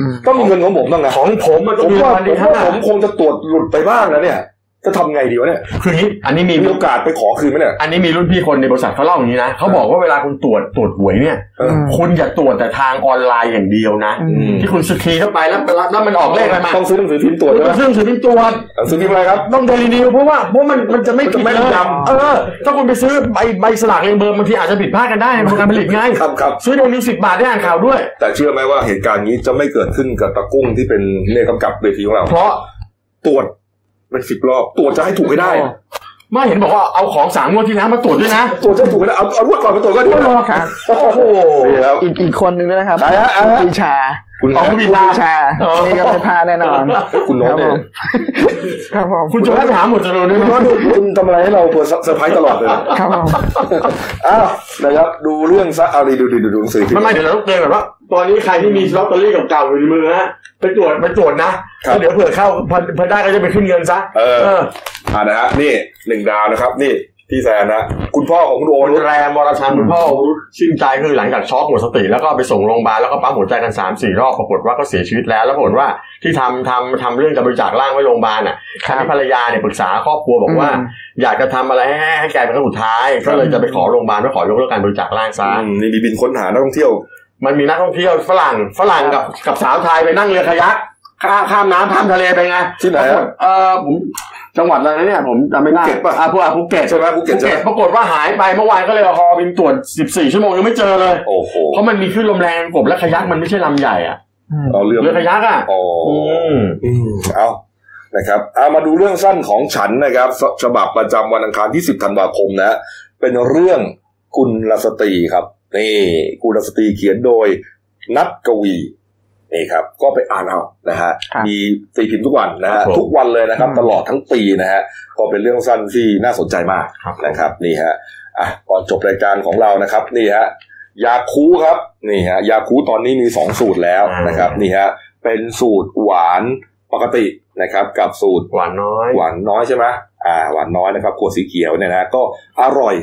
[SPEAKER 8] อืม
[SPEAKER 1] ต้องมีเงินของผมบ้างนะ
[SPEAKER 2] ของผมมัน
[SPEAKER 1] ผ
[SPEAKER 2] ต้อง
[SPEAKER 1] ม
[SPEAKER 2] มี
[SPEAKER 1] ว่า
[SPEAKER 2] วัน
[SPEAKER 1] ผ
[SPEAKER 2] ที่
[SPEAKER 1] ม
[SPEAKER 2] ห้า
[SPEAKER 1] ว่าผมคงจะตรวจหลุดไปบ้างแล้วเนี่ย จะทำไงดีวะเนี่ย
[SPEAKER 2] คืออย่างนี้อันนี้มี
[SPEAKER 1] มีโอกาสไปขอคืนไหมเนี่ย
[SPEAKER 2] อันนี้มีรุ่นพี่คนในบริษัทเขาเล่าอย่างนี้นะเขาบอกว่าเวลาคุณตรวจตรวจหวยเนี่ย
[SPEAKER 1] เออ
[SPEAKER 2] คุณอย่าตรวจแต่ทางออนไลน์อย่างเดียวนะ
[SPEAKER 8] อืม
[SPEAKER 2] ที่คุณสกรีนเข้าไปแล้วแล้วแล้วมันออกเลขอะไรมา
[SPEAKER 1] ต้องซื้อหนังสือพิมพ์ตรวจ
[SPEAKER 2] คุณ
[SPEAKER 1] ใช่ไห
[SPEAKER 2] ต้
[SPEAKER 1] ม
[SPEAKER 2] องซื้อหนังสือพิมพ์ตรวจ
[SPEAKER 1] หนังสือพิมพ์อะไรครับ
[SPEAKER 2] ต้องเดลินิวเพราะว่าเพราะมันมันจะไม่ผิด
[SPEAKER 1] มันจะไม่
[SPEAKER 2] เลย
[SPEAKER 1] ดำ
[SPEAKER 2] เออถ้าคุณไปซื้อใบใบสลากเรียงเบอร์บางทีอาจจะผิดพลาดกันได้ในโครงการผลิตไง
[SPEAKER 1] ครับครับ
[SPEAKER 2] ซื้อเดลินิวสิบบาทได้อ่านข่าวด้วย
[SPEAKER 1] แต่เชื่อไหมว่าเหตุการณ์นี้จะไม่เกิดขึ้นกับตะกุ้งที่เป็นเนี่ยกำกับเวทีของเรา
[SPEAKER 2] เพราะ
[SPEAKER 1] ตรวจเป็นสิบรอบตรวจจะให้ถูกให้ได้
[SPEAKER 2] ไม่เห็นบอกว่าเอาของสามงวดที่แล้วมาตรวจด้วยนะ
[SPEAKER 1] ตรวจจะให้ถูกให้ได้เอาเอารวดก่อนไปตรวจก็ดี
[SPEAKER 2] ไม่รอ
[SPEAKER 8] ครับ
[SPEAKER 1] โอ้โหนี่ครับ
[SPEAKER 8] อีกอีกคนนึงด้วยนะครับ
[SPEAKER 1] ใครฮะใครฮะ
[SPEAKER 8] ปีชา
[SPEAKER 1] คุณ
[SPEAKER 2] ของ
[SPEAKER 1] นะ
[SPEAKER 2] บิ
[SPEAKER 8] ปี
[SPEAKER 2] ลา
[SPEAKER 8] ชา
[SPEAKER 2] อ๋อ
[SPEAKER 8] นี่ก็ไม่พลาดแน่นอน
[SPEAKER 1] คุณโน้ตเนี่ย
[SPEAKER 8] ครับผม
[SPEAKER 2] คุณจะให้ไปหาหมวดจรูนด้วย
[SPEAKER 1] คุณ
[SPEAKER 2] ไหม
[SPEAKER 1] โน้ตเนี่ยคุณทำอะไรให้เราเปิดเซอร์ไพรส์ตลอดเลยนะ
[SPEAKER 8] ครับผม
[SPEAKER 1] อ้าวนะครับดูเรื่องซะเอาดีดูดีดูดูหนังสือพิม
[SPEAKER 2] ไม่
[SPEAKER 1] พ์
[SPEAKER 2] ไม่เดี๋ยวเราต้องเตือนแบบว่า ตอนนี้ใครที่มีลอตเตอรี่เก่าๆอยู่ในมือฮะไปตรวจไปตรวจนะครับแล้วเดี๋ยวเผื่อเข้าพอพอได้ก็จะไปขึ้นเงินซะ
[SPEAKER 1] เออ อ่านะฮะนี่หนึ่งดาวนะครับ นี่พี่แซนนะคุณพ่อของคุณโอ
[SPEAKER 2] คน
[SPEAKER 1] รุต
[SPEAKER 2] แรมมรชันคุณพ่อสิ้นใจคือหลังจากช็อกหมดสติ แล้วก็ไปส่งโรงพยาบาลแล้วก็ปั๊มหัวใจกันสามสี่รอบปรากฏว่าก็เสียชีวิตแล้วแล้วปรากฏว่าที่ทำทำทำเรื่องจะบริจาคร่างไว้โรงพยาบาลน่ะทางภรรยาเนี่ยปรึกษาครอบครัวบอกว่า อยากจะทำอะไรให้ให้ให้แกเป็นครั้งสุดท้าย ก็เลยจะไปขอโรงพยาบาลเพื่อขอยกเลิกการบริจาคร่างซะ
[SPEAKER 1] อืมนี่มีบินค้นหานักท่องเที่ยว
[SPEAKER 2] มันมีนักท่องเที่ยวฝรั่งฝรั่งกับกับสาวไทยไปนั่งเรือคายักข้ามข้ามน้ำข้ามทะเลไปไง
[SPEAKER 1] ที่ไหน
[SPEAKER 2] ปรากฏเออผมจังหวัดอะไรนะเนี่ยผมจำไม่ได้
[SPEAKER 1] ภูเก็ตปะ
[SPEAKER 2] อ่าภูอ่าภูเก็ต
[SPEAKER 1] ใช่ไหมภูเก็ต
[SPEAKER 2] ภู
[SPEAKER 1] ใช่ไห
[SPEAKER 2] เก็
[SPEAKER 1] ม
[SPEAKER 2] ตปรากฏว่าหายไปเมื่อวานก็เลยเอาฮอบินตรวจ 14 ชั่วโมงยังไม่เจอเลย
[SPEAKER 1] โอ้โห
[SPEAKER 2] เพราะมันมีคลื่นลมแรงกบและคายักมันไม่ใช่ลำใหญ่อะ
[SPEAKER 1] เราเรื่อง
[SPEAKER 2] เรือคายักอ่ะ
[SPEAKER 1] อ๋อ
[SPEAKER 2] ม
[SPEAKER 1] อืมเอานะครับเอามาดูเรื่องสั้นของฉันนะครับฉฉบับประจำวันอังคารที่ 10ธันวาคมนะ เป็นเรื่องกุลสตรีครับ นี่กุลสตรีเขียนโดยนัทกวี นี่ครับ ก็ไปอ่านเอานะฮะ
[SPEAKER 8] ครับ
[SPEAKER 1] มีตีพิมพ์ทุกวันนะ
[SPEAKER 4] ครั
[SPEAKER 1] ฮะ
[SPEAKER 4] บผม
[SPEAKER 1] ทุกวันเลยนะครับ ตลอดทั้งปีนะฮะก็เป็นเรื่องสั้นที่น่าสนใจมาก
[SPEAKER 4] ครับ
[SPEAKER 1] นะครับ นี่ฮะอ่ะก่อนจบรายการของเรานะครับ นี่ฮะยาคูครับนี่ฮะยาคูตอนนี้มีสองสูตรแล้ว
[SPEAKER 4] อ่าน
[SPEAKER 1] นะครับนี่ฮะเป็นสูตรหวานปกตินะครับกับสูตร
[SPEAKER 2] หวานน้อย
[SPEAKER 1] หวานน้อยใช่ไหมอ่า หวานน้อยนะครับ ขวดสีเขียวเนี่ยนะก็อร่อย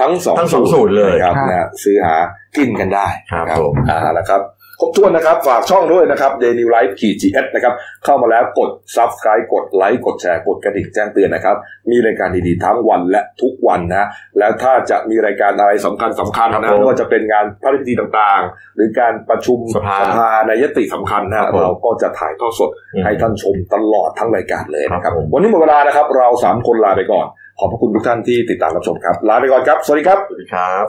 [SPEAKER 1] ทั้งสอง
[SPEAKER 4] ทั้งสองสูตรเลย
[SPEAKER 1] นะครับ
[SPEAKER 8] ครับ
[SPEAKER 1] นะซื้อหากินกันได้
[SPEAKER 4] ครับ
[SPEAKER 1] นะ
[SPEAKER 4] ผม
[SPEAKER 1] อ่านะครับ ครบถ้วนนะครับ ฝากช่องด้วยนะครับ d a i l y l i f e ขีดจีเอสนะครับ เข้ามาแล้วกด subscribe กดไลค์กดแชร์กดกระดิ่งแจ้งเตือนนะครับ มีรายการดีๆ ทั้งวันและทุกวันนะ แล้วถ้าจะมีรายการอะไรสำคัญสำคัญ
[SPEAKER 4] ครับ
[SPEAKER 1] นะ
[SPEAKER 4] ผม
[SPEAKER 1] ไม่ว่าจะเป็นงานพระราชพิธีต่างๆ หรือการประชุม
[SPEAKER 4] สภา
[SPEAKER 1] ในยติสำคัญ
[SPEAKER 4] ครั
[SPEAKER 1] นะ
[SPEAKER 4] บผม
[SPEAKER 1] เราก็จะถ่ายทอดสด
[SPEAKER 4] อืม
[SPEAKER 1] ให้ท่านชมตลอดทั้งรายการเลยนะค
[SPEAKER 4] ครั
[SPEAKER 1] รับ
[SPEAKER 4] บผม
[SPEAKER 1] วันนี้หมดเวลานะครับ เราสามคนลาไปก่อน ขอบพระคุณทุกท่านที่ติดตามรับชมครับ ลาไปก่อนครับ สวัสดีครับ
[SPEAKER 4] สวัสดีครับ